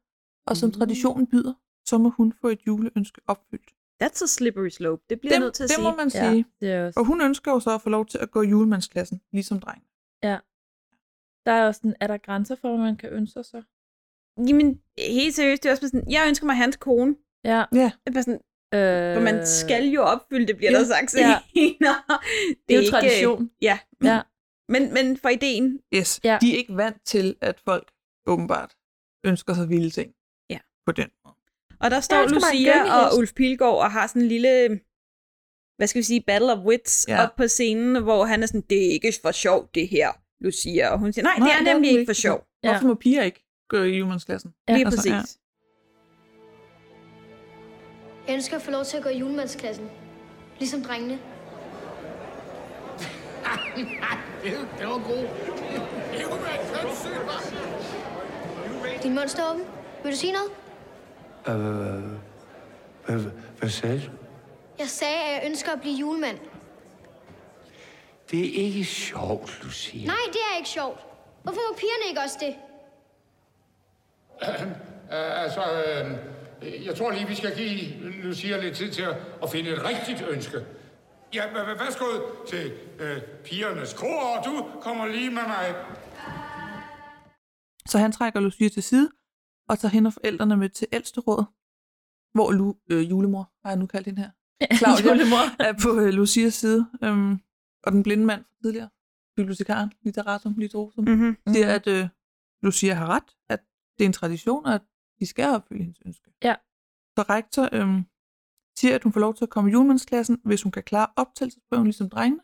S6: Og som
S9: Mm.
S6: traditionen byder, så må hun få et juleønske opfyldt.
S9: That's a slippery slope. Det bliver
S6: Det,
S9: jeg nødt til at
S6: det
S9: sige.
S6: må man
S8: Ja,
S6: sige.
S8: det er også.
S6: Og hun ønsker jo så at få lov til at gå i julemandsklassen, ligesom dreng.
S8: Der er også sådan, er der grænser for, hvad man kan ønske sig? så?
S9: Jamen, helt seriøst, det er også bare sådan, jeg ønsker mig hans kone.
S8: Ja.
S6: Ja.
S9: Det er bare sådan,
S8: Øh,
S9: for man skal jo opfylde, det bliver
S6: ja,
S9: der sagt til
S8: ja.
S9: hende. *laughs*
S8: Det er jo tradition.
S9: Ja.
S8: Ja.
S9: Men, men for ideen,
S6: Yes.
S8: Ja.
S6: Ja. De er ikke vant til, at folk åbenbart ønsker sig vilde ting.
S9: Ja.
S6: På den måde.
S9: og der står
S8: ønsker mig en
S9: Lucia og
S8: gyngehest.
S9: Ulf Pilgaard og har sådan en lille, hvad skal vi sige, battle of wits
S6: Ja.
S9: op på scenen, hvor han er sådan, det er ikke for sjov, det her, Lucia. Og hun siger, nej, det er nemlig ikke for sjov.
S8: Ja.
S6: Hvorfor må piger ikke gå i julemandsklassen?
S8: Ja.
S9: Lige
S6: Altså,
S9: præcis.
S10: Jeg ønsker at få lov til at gå i julemandsklassen. Ligesom drengene. Din mund står åben. Vil du sige noget?
S11: Hvad, hvad sagde du?
S10: Jeg sagde, at jeg ønsker at blive julemand.
S11: Det er ikke sjovt, Lucia.
S10: Nej, det er ikke sjovt. Hvorfor må pigerne ikke også
S11: *clears throat*
S10: det?
S11: Altså, øh, jeg tror lige, vi skal give Lucia lidt tid til at, at finde et rigtigt ønske. Ja, men værsgo til øh, pigernes kor, og du kommer lige med mig.
S6: Så han trækker Lucia til side, og tager hende og forældrene med til ældsterådet, hvor Lu, øh, julemor, har jeg nu kaldt hende her,
S9: *laughs*
S6: Claudia.
S8: Julemor.
S6: er på øh, Lucias side. Øhm, og den blinde mand fra tidligere, bibliotekaren, literatum, litorosum, mm.
S9: Mm-hmm.
S6: siger, at øh, Lucia har ret, at det er en tradition, og at de skal opfylde hendes ønske.
S8: Ja.
S6: Så rektor øhm, siger, at hun får lov til at komme i julemandsklassen, hvis hun kan klare optagelsesprøven ligesom drengene,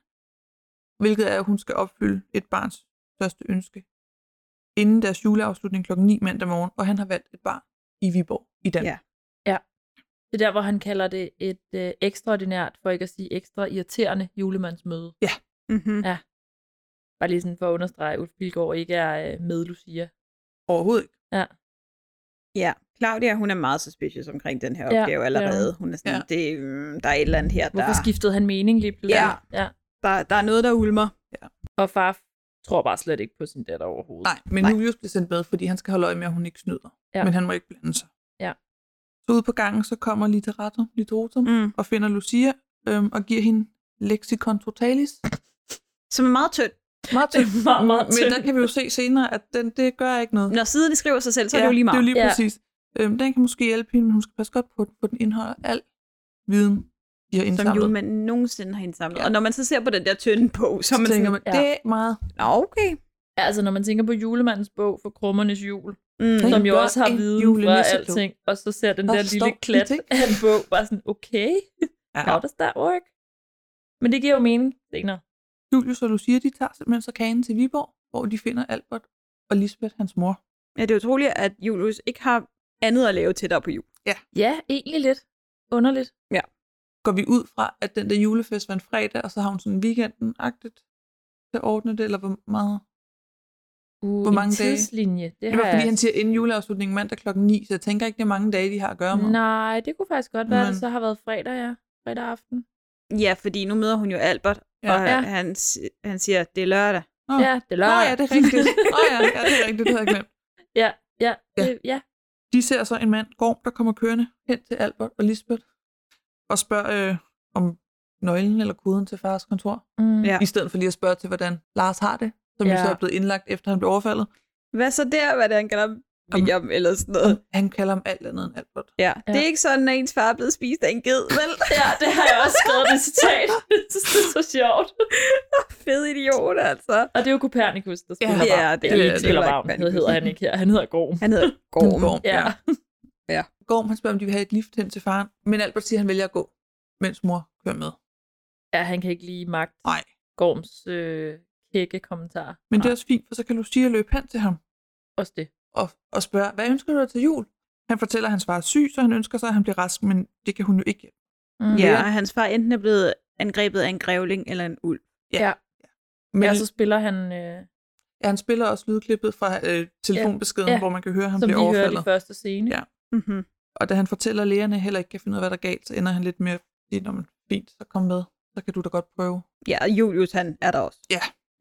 S6: hvilket er, at hun skal opfylde et barns største ønske inden deres juleafslutning klokken 9 mandag morgen, og han har valgt et barn i Viborg i Danmark.
S9: Ja.
S8: Ja. Det er der, hvor han kalder det et øh, ekstraordinært, for ikke at sige ekstra irriterende julemandsmøde.
S6: Ja.
S9: Mm-hmm.
S8: Ja. Bare lige sådan for at understrege, at Ulf Pilgaard ikke er øh, med Lucia.
S6: Overhovedet ikke.
S9: Ja, Claudia, hun er meget suspicious omkring den her
S8: Ja,
S9: opgave
S8: det er
S9: allerede. Hun er sådan, ja. det, mm, der er et eller andet her, der,
S8: Hvorfor skiftede han mening lige pludselig?
S9: Ja.
S8: ja.
S9: der, der er noget, der ulmer.
S8: Og far tror bare slet ikke på sin datter overhovedet.
S6: Nej, men
S9: Nej.
S6: Nej. Julius bliver sendt med, fordi han skal holde øje med, at hun ikke snyder.
S8: Ja.
S6: Ja. Men han må ikke blande sig.
S8: Ja.
S6: Så ude på gangen, så kommer literatum, literatum mm.
S9: Mm.
S6: og finder Lucia øhm, og giver hende lexicon totalis.
S9: Som er meget tynd.
S6: Meget
S9: *laughs*
S8: Det er meget, meget
S6: Men
S8: tynd.
S6: der kan vi jo se senere, at den, det gør ikke noget.
S9: Når siderne skriver sig selv, så er det
S6: Ja,
S9: jo lige
S6: Det er
S9: meget.
S6: jo lige
S8: Ja.
S6: ja. præcis. Øhm, den kan måske hjælpe hende, men hun skal passe godt på den, for den indeholder al viden, de har
S9: som
S6: indsamlet.
S9: julemanden nogensinde har indsamlet. Ja.
S6: Ja.
S9: Og når man så ser på den der tynde bog, så
S6: så
S9: er man
S6: tænker
S9: sådan,
S6: man,
S8: sådan,
S6: det er meget.
S9: Nå, okay.
S8: Ja, altså når man tænker på julemandens bog for krummernes jul,
S9: Mm.
S6: Den
S8: som jo
S6: gør
S8: også har
S6: en
S8: viden fra
S6: julenissebog.
S8: alting, og så ser den der,
S6: Der
S8: lille
S6: står
S8: klat
S6: ingenting.
S8: af en bog, bare sådan, okay,
S6: Ja.
S8: how does that work? Men det giver jo mening senere.
S6: Julius og Lucia, de tager simpelthen så kagen til Viborg, hvor de finder Albert og Lisbeth, hans mor.
S9: Ja, det er utroligt, at Julius ikke har andet at lave tættere på jul.
S8: Ja, egentlig lidt. Underligt.
S6: Går vi ud fra, at den der julefest var en fredag, og så har hun sådan weekenden-agtigt til at ordne det, eller hvor meget?
S8: Uh,
S6: Hvor
S8: en
S6: mange dage?
S8: tidslinje. Det,
S6: Det var
S8: har
S6: fordi,
S8: jeg-
S6: han siger inden juleafslutningen mandag klokken 9, så jeg tænker ikke, det er mange dage, de har at gøre med.
S8: Nej, det kunne faktisk godt være, at det
S6: Men-
S8: så har været fredag, ja. Fredag aften.
S9: Ja, fordi nu møder hun jo Albert,
S6: Ja.
S9: og
S8: Ja.
S9: han, si- han siger, det er lørdag.
S6: Nå.
S8: Ja, det er
S6: Nå
S8: lørdag.
S6: ja, det er
S8: *laughs*
S6: rigtigt. Nå ja, ja, det er rigtigt, det havde jeg glemt.
S8: ja, ja,
S6: Ja.
S8: det, ja.
S6: De ser så en mand, Gorm, der kommer kørende hen til Albert og Lisbeth, og spørger øh, om nøglen eller koden til fars kontor,
S8: Mm.
S9: Ja.
S6: ja. i stedet for lige at spørge til, hvordan Lars har det, som ja.
S8: Ja.
S6: jo så er blevet indlagt, efter han blev overfaldet.
S9: Hvad så der, hvad det, han kalder ham? William eller sådan noget.
S6: Han kalder ham alt andet end Albert.
S9: Ja. ja. Det er ikke sådan, at ens far er blevet spist af en ged, vel?
S8: ja, det har jeg også skrevet det *laughs* citat. det er så sjovt.
S9: Fed idiot, altså.
S8: Og det er jo Copernicus, der spiller
S9: Ja,
S8: Vagn.
S9: det er
S8: Eller
S9: det.
S8: ikke spiller
S9: Det var
S8: Vagn.
S9: ikke
S8: Det hedder han ikke her. Han hedder Gorm.
S9: Han hedder Gorm.
S6: Gorm,
S8: Ja.
S6: Gorm han spørger, om de vil have et lift hen til faren, men Albert siger, at han vælger at gå, mens mor kører med.
S8: Ja, han kan ikke lige magt
S6: Nej.
S8: Gorms øh, kække kommentar.
S6: Men det er også fint, for så kan Lucia løbe hen til ham
S8: Også det.
S6: og, og spørge, hvad ønsker du dig til jul? Han fortæller, at hans far er syg, så han ønsker sig, at han bliver rask, men det kan hun jo ikke. hjælpe.
S8: Mm.
S9: Ja, og hans far enten er blevet angrebet af en grævling eller en ulv.
S6: Men
S8: Men ja, så spiller han, øh,
S6: ja, han spiller også lydklippet fra øh, telefonbeskeden,
S8: Ja,
S6: ja.
S8: ja.
S6: Ja. hvor man kan høre, at han
S8: som vi
S6: bliver
S8: hører
S6: overfaldet.
S8: i første scene.
S6: Ja.
S9: Mm-hmm.
S6: Og da han fortæller, at lægerne heller ikke kan finde ud af, hvad der er galt, så ender han lidt mere, det er fint, så kom med, så kan du da godt prøve.
S9: Ja, og Julius, han er der også.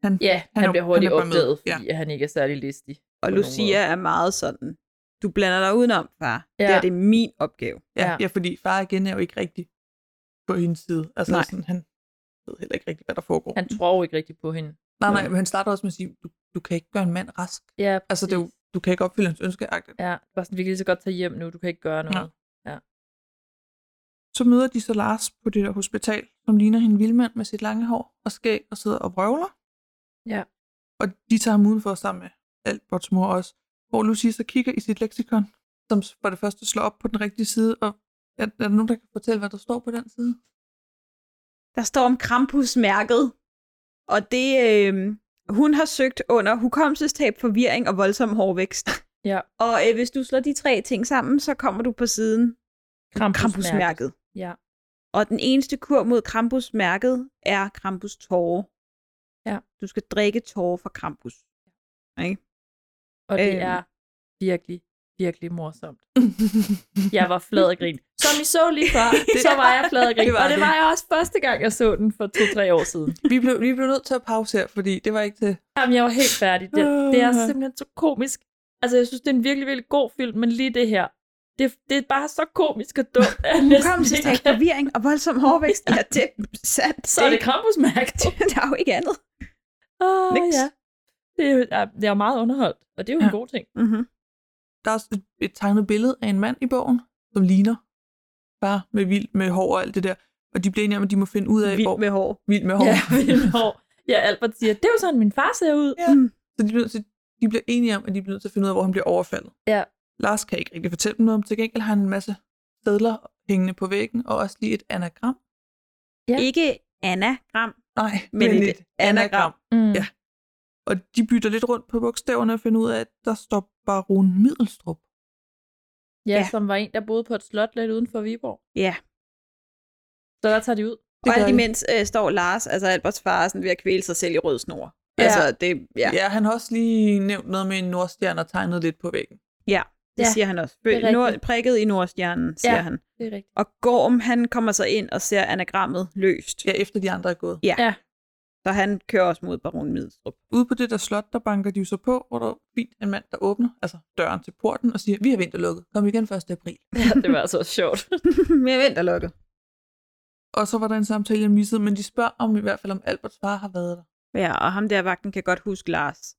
S6: Han,
S8: ja han, han
S6: er-
S8: bliver hurtigt
S6: han er bare med.
S8: opdaget, fordi ja. han ikke er særlig listig.
S9: Og
S8: på nogen
S9: Lucia er meget sådan, du blander dig udenom, far.
S8: Ja.
S9: Ja. Det er det er min opgave.
S6: Ja,
S8: Ja.
S6: ja. ja, fordi far igen er jo ikke rigtig på hendes side. Altså
S9: Nej.
S6: nej. Sådan, han ved heller ikke rigtig, hvad der foregår.
S8: Han tror jo ikke rigtigt på hende.
S6: nej, nej, men han starter også med at sige, du, du kan ikke gøre en mand rask.
S8: Ja,
S6: Altså, det er jo, du kan ikke opfylde hans ønske. Ja.
S8: Ja, det var sådan, vi kan lige så godt tage hjem nu, du kan ikke gøre noget.
S6: Så møder de så Lars på det der hospital, som ligner hende vildmand med sit lange hår og skæg og sidder og vrøvler.
S8: Ja.
S6: Og de tager ham udenfor sammen med Alberts mor også, hvor Lucy så kigger i sit leksikon, som for det første slår op på den rigtige side, og er, er der nogen, der kan fortælle, hvad der står på den side?
S9: Der står om Krampus-mærket, og det, øh, hun har søgt under hukommelsestab, forvirring og voldsom hårvækst.
S8: *laughs* Ja.
S9: Og øh, hvis du slår de tre ting sammen, så kommer du på siden Krampus-mærket.
S8: Ja.
S9: Og den eneste kur mod Krampus-mærket er Krampus tårer.
S8: Ja.
S9: Du skal drikke tårer fra Krampus.
S8: *laughs* Og det
S9: Øhm.
S8: er virkelig, virkelig morsomt. Jeg var flad og grin. Som I så lige før, *laughs* det, så var jeg flad og grin.
S6: Det var
S8: og *laughs* det
S6: det.
S8: var jeg også første gang, jeg så den for to-tre år siden.
S6: vi, blev, vi blev nødt til at pause her, fordi det var ikke til...
S8: Jamen, jeg var helt færdig. Det, det er
S6: Øh.
S8: simpelthen så komisk. Altså, jeg synes, det er en virkelig, virkelig god film, men lige det her, det, det er bare så komisk og dumt. at jeg næsten ikke
S9: Hukommelsestab,
S8: kan-
S9: forvirring og voldsom hårvækst. Ja, det er sandt.
S8: *laughs* Så er det krampusmærket.
S9: *laughs* der er jo ikke andet.
S8: Åh,
S9: Niks.
S8: ja. Det er, jo- ja, det er jo meget underholdt, og det er jo en
S6: Ja.
S8: god ting.
S9: Mm-hmm.
S6: Der er også et, et tegnet billede af en mand i bogen, som ligner bare med vild, med hår og alt det der. Og de bliver enige om, at de må finde ud
S8: Øh,
S6: af, hvor
S9: Vild med hår.
S6: vild med hår.
S8: Ja, *laughs* vildt hår. Ja, Albert siger, det er jo sådan, min far ser ud.
S6: Ja.
S9: Mm.
S6: Så de bliver, nødt til, de bliver enige om, at de bliver nødt til at finde ud af, hvor han bliver overfaldet.
S8: Ja.
S6: Lars kan ikke rigtig fortælle dem noget om. Til gengæld har han en masse sædler hængende på væggen, og også lige et anagram.
S8: Ja.
S9: Ikke anagram.
S6: Nej,
S9: Men et anagram.
S8: Mm.
S6: Ja. Og de bytter lidt rundt på bogstaverne og finder ud af, at der står baron Middelstrup.
S8: Ja, ja, som var en, der boede på et slot lidt uden for Viborg.
S9: Ja.
S8: Så der tager de ud.
S9: Det og alt imens øh, står Lars, altså Alberts far, er sådan ved at kvæle sig selv i rød snor. Ja. Altså, det, ja.
S6: ja, han har også lige nævnt noget med en nordstjerne og tegnet lidt på væggen.
S9: Ja, det
S8: Ja,
S9: ja, siger han også.
S8: det er rigtigt.
S9: Nord, prikket i nordstjernen, siger
S8: Ja.
S9: han.
S8: Det er rigtigt.
S9: Og Gorm, han kommer så ind og ser anagrammet løst.
S6: Ja, efter de andre er gået.
S9: Ja.
S8: Ja.
S9: ja. Så han kører også mod Baron Middelstrup.
S6: Ude på det der slot, der banker de jo så på, hvor der er fint en mand, der åbner altså døren til porten og siger, vi har vinterlukket, kom igen 1. april.
S8: Ja, *laughs* det var altså også sjovt.
S9: Jeg venter lukket.
S6: Og så var der en samtale, jeg missede, men de spørger om i hvert fald, om Alberts far har været der.
S9: Ja, og ham der vagten kan godt huske Lars.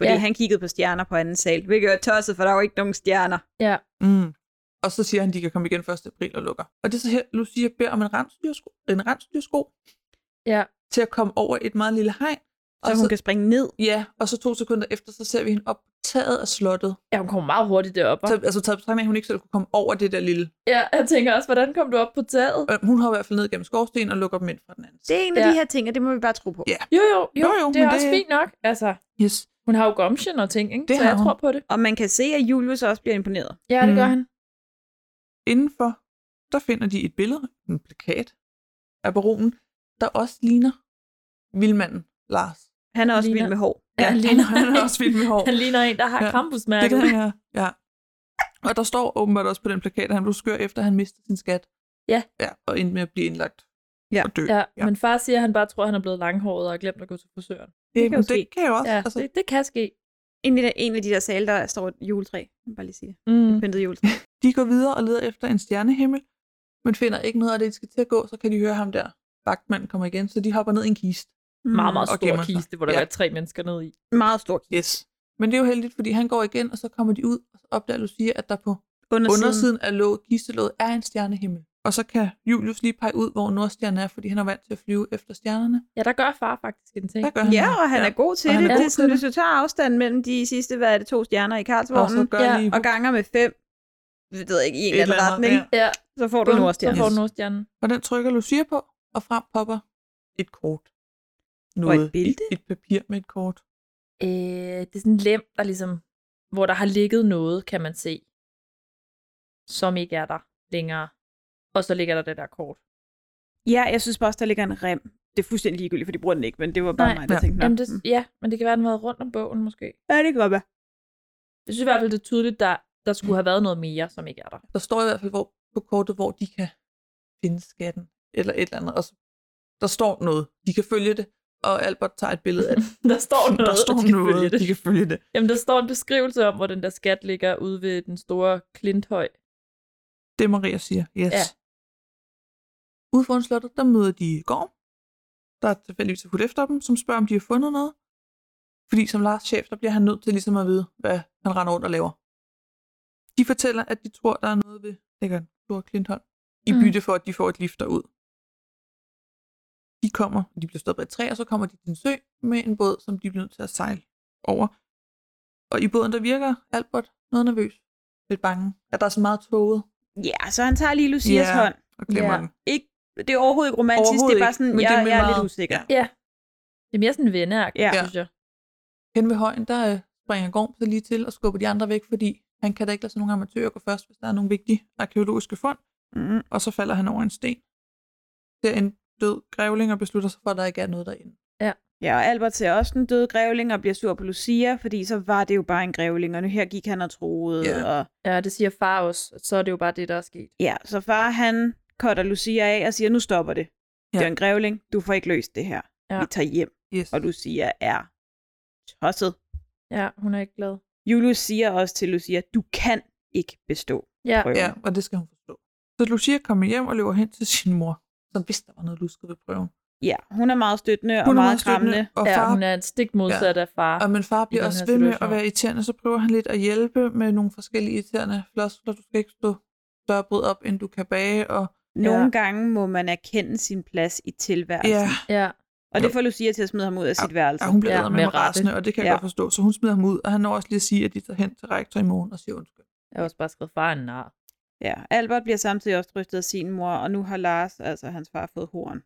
S9: Fordi
S8: Ja.
S9: ja. han kiggede på stjerner på anden sal. Hvilket er tosset, for der var ikke nogen stjerner.
S8: ja.
S6: Mm. Og så siger han, de kan komme igen 1. april og lukker. Og det er så her, Lucia beder om en rensdyrsko, en rensdyrsko
S8: ja.
S6: til at komme over et meget lille hegn.
S9: Så hun kan springe ned.
S6: Ja, og så to sekunder efter, så ser vi hende op på taget af slottet.
S8: Ja, hun kommer meget hurtigt derop.
S6: Så, altså taget på betragtning, af, at hun ikke selv kunne komme over det der lille.
S8: Ja, jeg tænker også, hvordan kom du op på taget?
S6: Øh, Hun hopper i hvert fald ned gennem skorstenen og lukker dem ind fra den anden.
S9: Det
S6: side.
S9: er en af
S8: Ja.
S9: ja. de her ting, og det må vi bare tro på.
S6: Ja.
S8: Jo, jo, jo,
S6: Jo, jo,
S8: det er
S6: men
S8: også
S6: det-
S8: fint nok. Altså,
S6: Yes.
S8: hun har jo gumption og ting, ikke?
S6: Det
S8: så
S6: har
S8: jeg
S6: hun.
S8: tror på det.
S9: Og man kan se, at Julius også bliver imponeret.
S8: Ja, det gør
S6: Mm.
S8: han.
S6: Indenfor, der finder de et billede, en plakat af baronen, der også ligner vildmanden Lars.
S9: Han er også
S8: Ligner-
S9: vild med hår.
S8: Ja,
S6: han,
S8: ligner-
S6: han er også vild med hår.
S8: *laughs* Han ligner en, der har
S6: Ja.
S8: krampusmærket.
S6: Det kan jeg, ja. Og der står åbenbart også på den plakat, at han blev skør efter, at han mistede sin skat.
S8: Ja.
S6: ja og endte med at blive indlagt
S9: Ja.
S6: og dø.
S8: Ja, ja, men far siger, at han bare tror, at han er blevet langhåret og har glemt at gå til frisøren.
S6: det,
S9: kan jo
S6: kan
S9: ske.
S6: det kan jo også.
S8: Ja,
S6: altså,
S8: det, det kan ske.
S9: En af, de, en af de der sale, der står et juletræ. Jeg vil bare lige sige det.
S8: Mm.
S9: Pyntet juletræ.
S6: De går videre og leder efter en stjernehimmel, men finder ikke noget, og det de skal til at gå, så kan de høre ham der. Vagtmanden kommer igen, så de hopper ned i en kiste.
S9: Mm.
S8: Meget, meget
S6: og
S8: stor
S6: gemmer sig.
S8: kiste, hvor der
S6: Ja.
S8: var tre mennesker nede i.
S9: Meget stor kiste.
S6: Yes. Men det er jo heldigt, fordi han går igen, og så kommer de ud, og så opdager Lucia, at der på
S9: Undersiden.
S6: undersiden af lå, kistelåget er en stjernehimmel. Og så kan Julius lige pege ud, hvor Nordstjernen er, fordi han er vant til at flyve efter stjernerne.
S8: Ja, der gør far faktisk en ting.
S6: Der gør han
S9: Ja,
S6: det.
S9: og han
S6: ja.
S9: ja. er god til
S6: Og han
S9: det.
S6: er
S9: det
S6: god
S9: er
S6: til
S9: sådan, hvis du tager afstanden mellem de sidste, hvad er det, to stjerner i
S6: Og så
S9: Karlsvognen,
S6: gør
S8: Ja,
S6: lige
S9: og ganger med fem, det ved jeg ikke, i en
S6: et
S9: eller anden
S6: eller andet,
S9: retning,
S6: ja.
S8: Ja,
S9: så får du
S8: bum,
S9: nordstjernen.
S8: Så får du nordstjernen.
S6: Og den trykker Lucia på, og frem popper et kort.
S9: et bælte?
S6: Et, et papir med et kort.
S8: Øh, det er sådan en lem, der ligesom, hvor der har ligget noget, kan man se, som ikke er der længere. Og så ligger der det der kort.
S9: Ja, jeg synes bare også, der ligger en rem. Det er fuldstændig ligegyldigt, for de bruger den ikke, men det var bare
S8: Nej.
S9: mig, der
S6: Ja.
S9: tænkte, nå.
S8: Jamen det,
S9: mm.
S8: ja, men det kan være, at den har været rundt om bogen måske.
S9: Ja, det kan godt være.
S8: Jeg synes i hvert fald, det er tydeligt, der, der skulle have været noget mere, som ikke er der.
S6: Der står i hvert fald hvor, på kortet, hvor de kan finde skatten, eller et eller andet. Og så, der står noget. De kan følge det, og Albert tager et billede af det.
S8: *laughs* Der står noget,
S6: *laughs* der står
S8: og de kan
S6: noget,
S8: følge det.
S6: de kan følge det.
S8: Jamen, der står en beskrivelse om, hvor den der skat ligger ude ved den store Klinthøj.
S6: Det Maria siger, yes.
S8: Ja.
S6: Ja. Ude foran slottet, der møder de Gorm, der er tilfældigvis fuldt efter dem, som spørger, om de har fundet noget. Fordi som Lars chef, der bliver han nødt til ligesom at vide, hvad han render rundt og laver. De fortæller, at de tror, der er noget ved lækker Store Klintholm, i
S8: Mm.
S6: bytte for, at de får et lift derud. De kommer, de bliver stoppet af et træ, og så kommer de til en sø med en båd, som de bliver nødt til at sejle over. Og i båden, der virker Albert noget nervøs, lidt bange, at der er så meget tåget
S9: Ja, så han tager lige Lucias
S6: Ja.
S9: hånd.
S6: og glemmer
S8: Ja.
S6: yeah. den.
S9: Ikke, det er overhovedet ikke romantisk,
S6: Overhovedet
S9: det er bare
S6: ikke,
S9: sådan,
S6: men
S9: jeg,
S6: det er
S9: jeg er
S6: meget-
S9: lidt usikker.
S6: Ja.
S8: Det er mere sådan en venneagtig, ja.
S9: Ja.
S8: synes jeg.
S6: Hen ved højen, der øh, springer Gorm så lige til og skubber de andre væk, fordi han kan da ikke lade sådan nogle amatører gå først, hvis der er nogle vigtige arkeologiske fund,
S9: Mm.
S6: og så falder han over en sten. Ser en død grævling og beslutter sig for, at der ikke er noget derinde.
S9: Ja, og Albert ser også den døde grævling og bliver sur på Lucia, fordi så var det jo bare en grævling, og nu her gik han og troede.
S6: Ja.
S9: Og,
S8: Ja, det siger far også. Så er det jo bare det, der er sket.
S9: ja, så far han cutter Lucia af og siger, nu stopper det. Ja. Det
S6: Ja.
S9: er en grævling, du får ikke løst det her.
S8: Ja.
S9: Ja. Vi tager hjem,
S6: Yes.
S9: og Lucia er tosset.
S8: Ja, hun er ikke glad.
S9: Julius siger også til Lucia, du kan ikke bestå
S8: Ja,
S9: prøven.
S6: Ja, og det skal hun forstå. Så Lucia kommer hjem og løber hen til sin mor, som vidste, der var noget lusket ved prøven.
S9: Ja, hun er meget støttende og
S6: Hun er
S9: meget
S6: støttende,
S9: krammende.
S6: og
S8: ja
S6: far
S8: hun er en stik modsat ja. af far.
S6: Og min far bliver
S8: den
S6: også
S8: her
S6: ved med at
S8: situation.
S6: være irriterende, så prøver han lidt at hjælpe med nogle forskellige irriterende floskler. Du skal ikke stå større brød op, end du kan bage. Og,
S9: Nogle
S8: Ja.
S9: gange må man erkende sin plads i tilværelsen.
S6: ja,
S8: Ja,
S9: Og det får Lucia til at smide ham ud af sit værelse.
S6: Ja, hun bliver
S8: Ja,
S6: ja,
S8: med
S6: med
S8: rette.
S6: rasende, og det kan jeg
S9: Ja.
S6: godt forstå. Så hun smider ham ud, og han når også lige at sige, at de tager hen til rektor i morgen og siger undskyld.
S8: jeg har også bare skrevet far er en nar.
S9: Ja, Albert bliver samtidig også drøftet af sin mor, og nu har Lars, altså hans far, fået horn.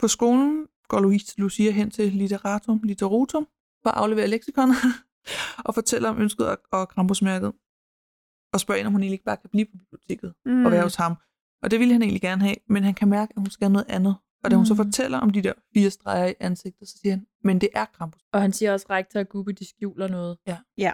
S6: På skolen går Louise til Lucia hen til literatum, literatum, for at aflevere leksikon, *laughs* og fortæller om ønsket og, og Krampusmærket, og spørger hende, om hun egentlig ikke bare kan blive på biblioteket mm. og være hos ham. Og det ville han egentlig gerne have, men han kan mærke, at hun skal have noget andet. Og da hun mm. så fortæller om de der fire streger i ansigtet, så siger han, men det er Krampus.
S8: Og han siger også, at rektor og Gubbe, de skjuler noget.
S6: Ja.
S9: ja.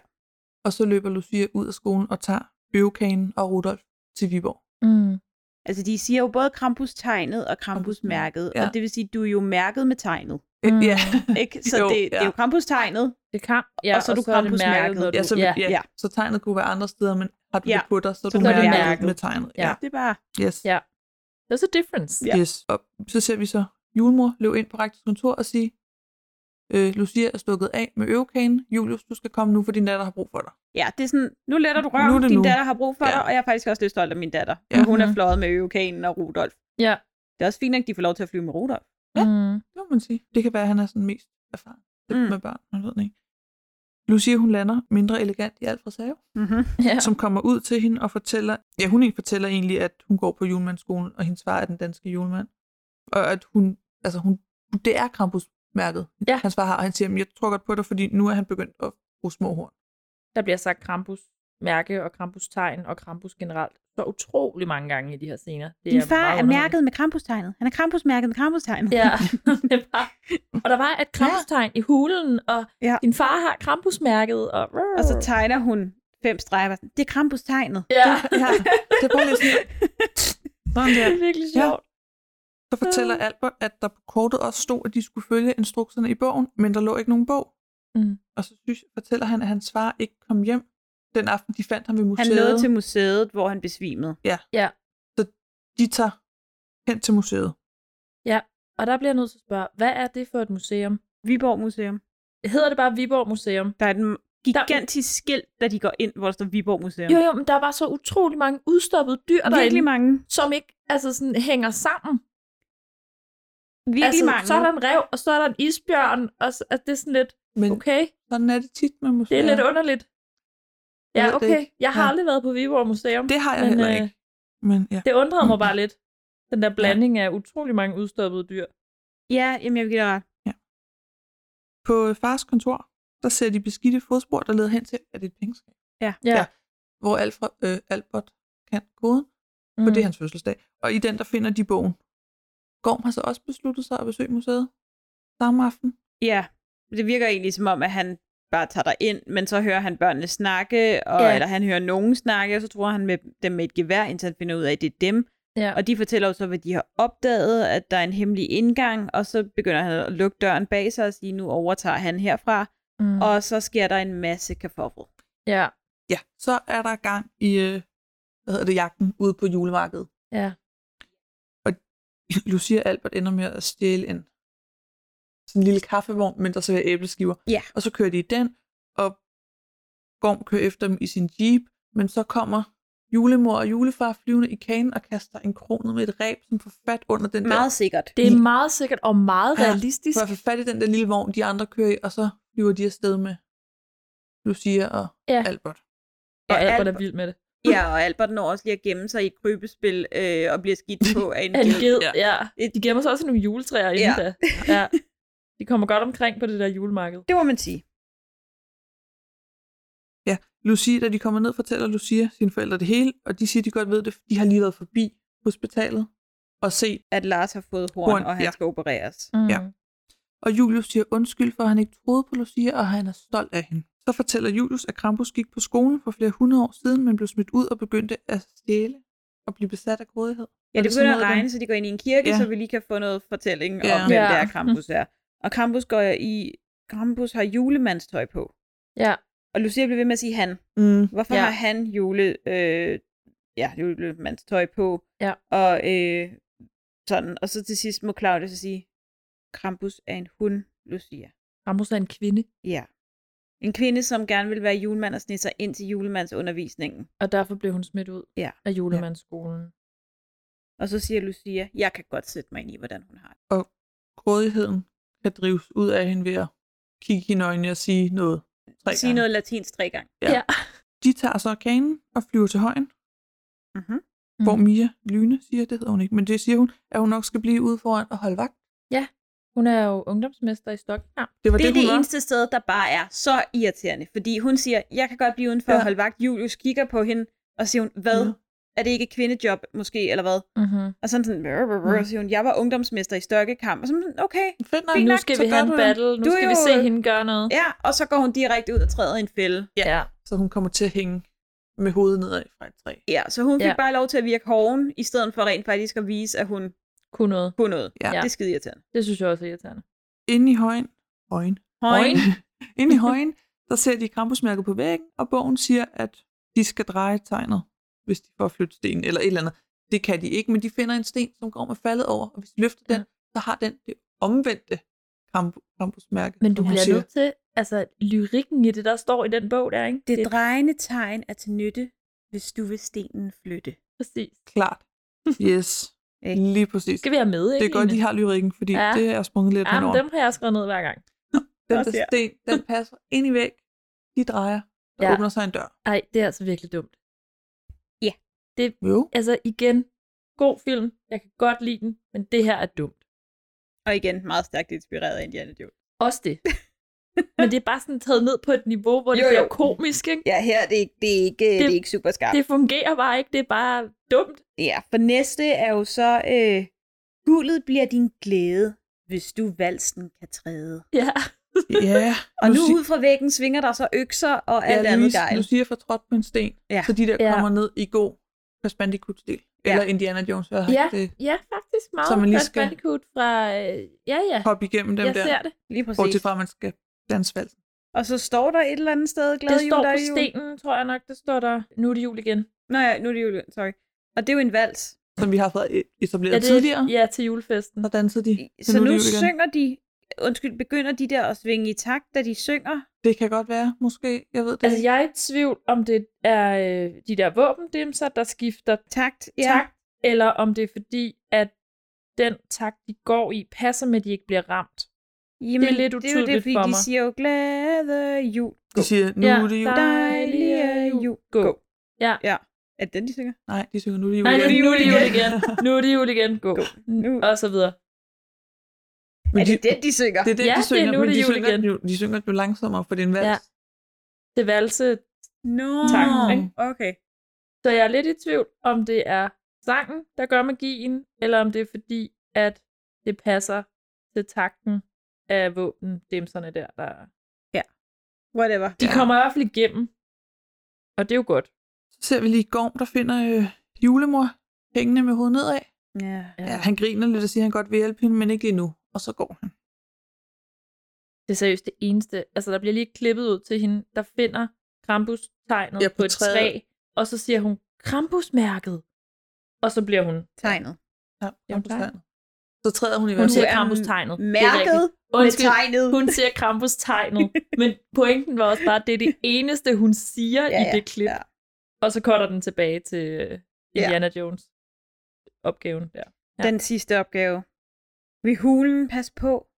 S6: Og så løber Lucia ud af skolen og tager øvekagen og Rudolf til Viborg.
S8: Mm.
S9: Altså, de siger jo både Krampus-tegnet og Krampus-mærket,
S6: Ja.
S9: ja. og det vil sige, du er jo mærket med tegnet,
S6: Mm. Ja,
S9: ikke? Så
S6: Jo,
S9: jo, det, ja. det er
S6: ja.
S9: jo Krampus-tegnet,
S8: Det kan. Ja,
S9: og så er du
S8: er det
S9: Krampus-mærket.
S8: når du-
S6: ja, så, ja. ja.
S9: ja.
S6: så tegnet kunne være andre steder, men har du
S9: Ja.
S6: det på dig, så,
S9: Så
S6: du
S9: du er
S6: mærker
S8: mærket.
S6: med tegnet.
S8: Ja.
S9: det er bare...
S6: Yes.
S8: Ja. There's a difference.
S9: Ja.
S6: Yes. Og så ser vi så julemor løbe ind på rektors kontor og sige, øh, Lucia er stukket af med øvekagen. Julius, du skal komme nu, for din datter har brug for dig.
S9: Ja, det er sådan, nu letter du
S6: Nu er
S9: røven,
S6: det
S9: din
S6: nu.
S9: nu. datter har brug for
S6: Ja.
S9: ja. dig, og jeg er faktisk også lidt stolt af min datter.
S6: Ja.
S9: Ja. Hun er
S8: Mhm.
S9: fløjet med øvekanen og Rudolf.
S8: Ja.
S9: Det er også fint, at de får lov til at flyve med Rudolf.
S8: Ja. Mm.
S6: Det må man sige. Det kan være, at han er sådan mest erfaren mm.
S9: Mm.
S6: med børn. Man ved det ikke. Lucia, hun lander mindre elegant i Alfreds have,
S9: Mm-hmm.
S8: ja.
S6: ja. som kommer ud til hende og fortæller, ja, hun egentlig fortæller egentlig, at hun går på julemandsskolen, og hendes far er den danske julemand. Og at hun, altså hun, det er Krampus-mærket,
S8: Ja.
S6: hans far har. Og han siger, "Men jeg tror godt på dig, fordi nu er han begyndt at bruge små horn.
S8: Der bliver sagt Krampus mærke og Krampus tegn og Krampus generelt så utrolig mange gange i de her scener. Det
S9: Din far
S8: meget
S9: er
S8: underholdende.
S9: mærket med Krampus-tegnet. Han er Krampus-mærket med Krampus-tegnet.
S8: *laughs* Ja, det var. Og der var et krampustegn i hulen, og
S9: Ja.
S8: din far har krampusmærket. Og,
S9: *laughs* Og så tegner hun fem streger. bare sådan, Det er Krampus-tegnet.
S8: ja.
S6: Ja, det er bare lidt sådan, sådan
S8: *laughs* det
S6: der.
S8: er virkelig
S6: Ja.
S8: sjovt.
S6: Så fortæller
S8: Øh.
S6: Albert, at der på kortet også stod, at de skulle følge instrukserne i bogen, men der lå ikke nogen bog.
S8: Mm.
S6: Og så synes, fortæller han, at hans far ikke kom hjem den aften, de fandt ham ved
S9: Han
S6: museet.
S9: nåede til museet, hvor han besvimede.
S6: De tager hen til museet.
S8: Og der bliver jeg nødt til at spørge, hvad er det for et museum?
S9: Viborg Museum.
S8: Hedder det bare Viborg Museum?
S9: Der er et m- gigantisk skilt, da de går ind, hvor der står Viborg Museum.
S8: Jo, jo, men der var så utrolig mange udstoppede dyr derinde,
S9: Virkelig mange.
S8: som ikke altså sådan, hænger sammen.
S9: Virkelig
S8: altså,
S9: mange.
S8: Så er der en rev, og så er der en isbjørn, og så, altså, det er sådan lidt,
S6: Men okay.
S8: okay,
S6: sådan er det tit med
S8: det
S6: museer.
S8: er lidt underligt.
S6: Jeg
S8: Ja,
S6: ved det
S8: okay,
S6: ikke.
S8: jeg har
S6: Ja.
S8: aldrig været på Viborg Museum.
S6: Det har jeg
S8: men,
S6: heller
S8: øh,
S6: ikke. Men ja.
S8: Det undrede mig bare lidt. Den der blanding af utrolig mange udstoppede dyr.
S9: Ja, jamen jeg vil give dig ret.
S6: På øh, fars kontor, der ser de beskidte fodspor, der leder hen til, at det er et pengeskab,
S8: Ja.
S6: Ja. hvor Alfred, øh, Albert kan koden, for
S8: Mm.
S6: det er hans fødselsdag. Og i den, der finder de bogen. Gorm har så også besluttet sig at besøge museet samme aften.
S9: Ja, det virker egentlig som om, at han bare tager dig ind, men så hører han børnene snakke, og,
S8: Ja.
S9: ja. eller han hører nogen snakke, og så tror han med dem med et gevær, indtil han finder ud af, at det er dem.
S8: Mm. Ja.
S9: Og de fortæller jo så, hvad de har opdaget, at der er en hemmelig indgang, og så begynder han at lukke døren bag sig og sige, nu overtager han herfra. Mm.
S8: mm.
S9: Og så sker der en masse kafoffel.
S8: ja.
S6: Ja, så er der gang i, øh, hvad hedder det, jagten ude på julemarkedet.
S8: Ja.
S6: *laughs* Lucia og Albert ender med at stjæle en sådan en lille kaffevogn, men der serverer æbleskiver.
S9: Ja.
S6: Og så kører de i den, og Gorm kører efter dem i sin jeep, men så kommer julemor og julefar flyvende i kagen og kaster en krone med et ræb, som får fat under den
S9: Meget sikkert.
S8: Det er meget sikkert og meget
S6: Ja. der,
S8: realistisk.
S6: for at få fat i den der lille vogn, de andre kører i, og så flyver de afsted med Lucia og
S8: Ja.
S6: Albert.
S8: Og
S9: Ja,
S8: Albert er
S9: Albert-
S8: vild med det.
S9: Ja, og Albert når også lige at gemme sig i et krybespil øh, og bliver skidt på af en
S8: Er de
S9: ged.
S8: ged?
S6: Ja.
S8: Ja. De gemmer sig også i nogle juletræer inden
S9: Ja.
S6: *laughs*
S8: da. Ja. De kommer godt omkring på det der julemarked.
S9: Det må man sige.
S6: Lucia, da de kommer ned, fortæller Lucia sine forældre det hele, og de siger, at de godt ved det, for de har lige været forbi hospitalet og set
S9: At Lars har fået horn,
S6: Horn,
S9: horn og han
S6: ja.
S9: ja. skal opereres.
S8: Mm.
S6: Ja. og Julius siger undskyld for, at han ikke troede på Lucia, og han er stolt af hende. Så fortæller Julius, at Krampus gik på skolen for flere hundrede år siden, men blev smidt ud og begyndte at stjæle og blive besat af grådighed.
S9: Ja,
S6: Er
S9: det
S6: det sådan
S9: begynder
S6: noget,
S9: at
S6: den-
S9: regne, så de går ind i en kirke,
S6: Ja.
S9: ja. så vi lige kan få noget fortælling ja.
S6: Ja.
S9: om, hvem
S8: Ja.
S9: det er, Krampus er. Og Krampus går i... Krampus har julemandstøj på.
S8: ja.
S9: Og Lucia bliver ved med at sige han.
S6: Mm.
S9: Hvorfor
S8: Ja.
S9: ja. har han jule, øh, ja, julemandstøj på?
S8: Ja.
S9: Og øh, sådan. Og så til sidst må Claudia så sige, Krampus er en hund, Lucia.
S8: Ramos er en kvinde,
S9: Ja. En kvinde, som gerne vil være julemand og snige sig ind til julemandsundervisningen.
S8: og derfor blev hun smidt ud
S9: Ja.
S8: af julemandsskolen.
S9: Og så siger Lucia, jeg kan godt sætte mig ind i, hvordan hun har det.
S6: Grådigheden kan drives ud af hende ved at kigge hende i øjnene og sige noget. Tre
S9: Sige
S6: gange.
S9: noget latinsk tre gange.
S6: Ja. De tager så kanen og flyver til højen, Mhm.
S9: Mm-hmm.
S8: Mhm.
S6: mm. hvor Mia Lyne siger, det hedder hun ikke, men det siger hun, at hun nok skal blive ude foran og holde vagt.
S8: Ja. Hun er jo ungdomsmester i Stockholm.
S9: Det, var det, det er det eneste sted, der bare er så irriterende. Fordi hun siger, jeg kan godt blive udenfor ja. og holde vagt. Julius kigger på hende, og siger hun, hvad? Ja. Er det ikke et kvindejob, måske, eller hvad?
S8: Mm-hmm.
S9: Og sådan sådan, brr, brr, brr, siger hun, jeg var ungdomsmester i størkekamp. Og så er hun sådan, okay,
S8: Fedt nok, nu skal vi have en battle. Nu skal vi se hende gøre noget.
S9: Ja, og så går hun direkte ud og træder i en fælde.
S8: Ja.
S6: Så hun kommer til at hænge med hovedet nedad fra et træ.
S9: Ja, så hun fik
S8: Ja.
S9: bare lov til at virke hoven, i stedet for rent faktisk at vise, at hun
S8: Kunne noget.
S9: kunne noget.
S6: Ja.
S9: Det er skide irriterende.
S8: Det synes jeg også er irriterende.
S6: Inde i højen, højen,
S8: Højen.
S6: *laughs* inde i højen, der ser de krampusmærket på væggen, og bogen siger, at de skal dreje tegnet, hvis de får flyttet stenen eller et eller andet. Det kan de ikke, men de finder en sten, som Gorm er faldet over, og hvis de løfter den, så har den det omvendte kramp- krampusmærke.
S8: Men du
S6: som hun
S8: bliver
S6: siger.
S8: nødt til, altså lyrikken i det, der står i den bog der, ikke?
S9: Det drejende tegn er til nytte, hvis du vil stenen flytte.
S8: præcis. *laughs*
S6: Klart. Yes,
S9: Ikke?
S6: lige præcis.
S8: Skal vi have med, ikke?
S6: Det er godt, de
S8: Line?
S6: har lyrikken, fordi
S8: Ja.
S6: ja. det er sprunget lidt
S8: Ja, men
S6: henover.
S8: dem har jeg skrevet ned hver gang.
S6: Den
S9: Også
S6: der
S9: her.
S6: sten, den passer ind i væg. De drejer. Der
S8: Ja.
S6: ja. åbner sig en dør.
S8: Ej, det er altså virkelig dumt.
S6: Jo.
S8: Altså igen, god film. Jeg kan godt lide den, men det her er dumt.
S9: Og igen, meget stærkt inspireret af Indiana Jones.
S8: Også det. *laughs* men det er bare sådan taget ned på et niveau, hvor det
S9: Jo, jo.
S8: bliver komisk, ikke?
S9: Ja, her det, er ikke- det er ikke, det, det er ikke super skarpt.
S8: Det
S9: Det,
S8: fungerer bare ikke. Det er bare dumt.
S9: ja, for næste er jo så, øh, guldet bliver din glæde, hvis du valsen kan træde.
S8: Ja.
S6: Ja.
S9: Og nu
S6: sig-
S9: ud fra væggen svinger der så økser og
S6: ja,
S9: alt andet
S6: Louise,
S9: gejl.
S6: Nu siger jeg fortrådt på en sten,
S9: Ja.
S6: ja. så de der
S8: Ja.
S6: kommer ned i god Bandicoot-stil.
S9: Ja.
S6: Eller Indiana Jones. Hvad
S8: Ja,
S6: ja. det
S8: ja faktisk meget.
S6: Så man lige
S8: Crash
S6: skal-
S8: Bandicoot fra... øh, Ja, ja.
S6: hop igennem dem
S8: Jeg
S6: der.
S8: ser det.
S9: Lige præcis.
S6: Bortset fra, at man skal danse valsen.
S9: Og så står der et eller andet sted, glad
S8: Det
S9: jul,
S8: står
S9: der
S8: på
S9: er jul.
S8: stenen, tror jeg nok. Det står der, nu er det jul igen.
S9: Nå ja, nu er det jul, sorry. Og det er jo en vals.
S6: Som vi har fået e- etableret
S8: Ja,
S6: ja,
S8: det,
S6: tidligere. Ja.
S8: ja, til julefesten.
S6: Så dansede de. Men
S9: Så
S6: er
S9: nu
S6: det jul igen.
S9: synger de, undskyld, begynder de der at svinge i takt, da de synger?
S6: Det kan godt være, måske. Jeg ved det.
S8: Altså, jeg er i tvivl, om det er øh, de der våbendimser, der skifter
S9: Takt, ja.
S8: takt, eller om det er fordi, at den takt, de går i, passer med, at de ikke bliver ramt.
S9: Jamen,
S8: Det er lidt
S9: det er jo det,
S8: utydeligt
S9: fordi
S8: for
S9: de
S8: mig.
S9: siger jo, glade jul,
S6: de siger, nu
S8: Ja,
S6: er det jul.
S8: der-
S9: dejlige jul,
S8: Gå.
S9: gå.
S8: Ja.
S9: ja. Er det den, de synger?
S6: Nej, de synger, nu er det jul.
S8: Nej,
S6: igen.
S8: det er nu er det jul igen. Nu er det jul igen. Gå.
S9: Nu.
S8: Mm. Og så videre.
S6: Men
S9: Er
S6: de-
S9: det den, de synger?
S6: Det er det,
S8: Ja,
S6: de
S8: det er
S6: synger,
S8: nu,
S6: men
S8: det er
S6: de
S8: jul
S6: synger,
S8: igen.
S6: den jo, de synger den jo langsommere, for det er en vals.
S8: Ja. Til valse.
S9: Nå,
S8: Tak, ikke?
S9: okay.
S8: Så jeg er lidt i tvivl, om det er sangen, der gør magien, eller om det er fordi, at det passer til takten af våbendimserne der, der...
S9: Whatever.
S8: De kommer i hvert fald igennem. Og det er jo godt.
S6: Så ser vi lige Gorm, der finder øh, julemor hængende med hovedet nedad.
S9: Ja.
S6: Ja, han griner lidt og siger, at han godt vil hjælpe hende, men ikke lige nu. Og så går han.
S8: Det er seriøst det eneste. Altså, der bliver lige klippet ud til hende, der finder Krampus-tegnet ja,
S6: Ja,
S8: på,
S6: på
S8: et
S6: træet.
S8: træ, og så siger hun, Krampus-mærket. Og så bliver hun,
S9: Tegnet.
S6: Ja,
S8: Jamen,
S6: på
S8: tak.
S6: stranden. så træder hun i
S8: hun
S6: vandet.
S8: siger
S9: er
S8: Krampus-tegnet. Det er
S9: Mærket
S8: rigtigt.
S9: med
S8: Undskyld,
S9: tegnet.
S8: hun siger Krampus-tegnet. Men pointen var også bare, at det er det eneste, hun siger ja, i det klip. Ja. Og så cutter den tilbage til øh, Indiana ja. Jones opgaven der. Ja.
S9: Den sidste opgave. Vil hulen passe på?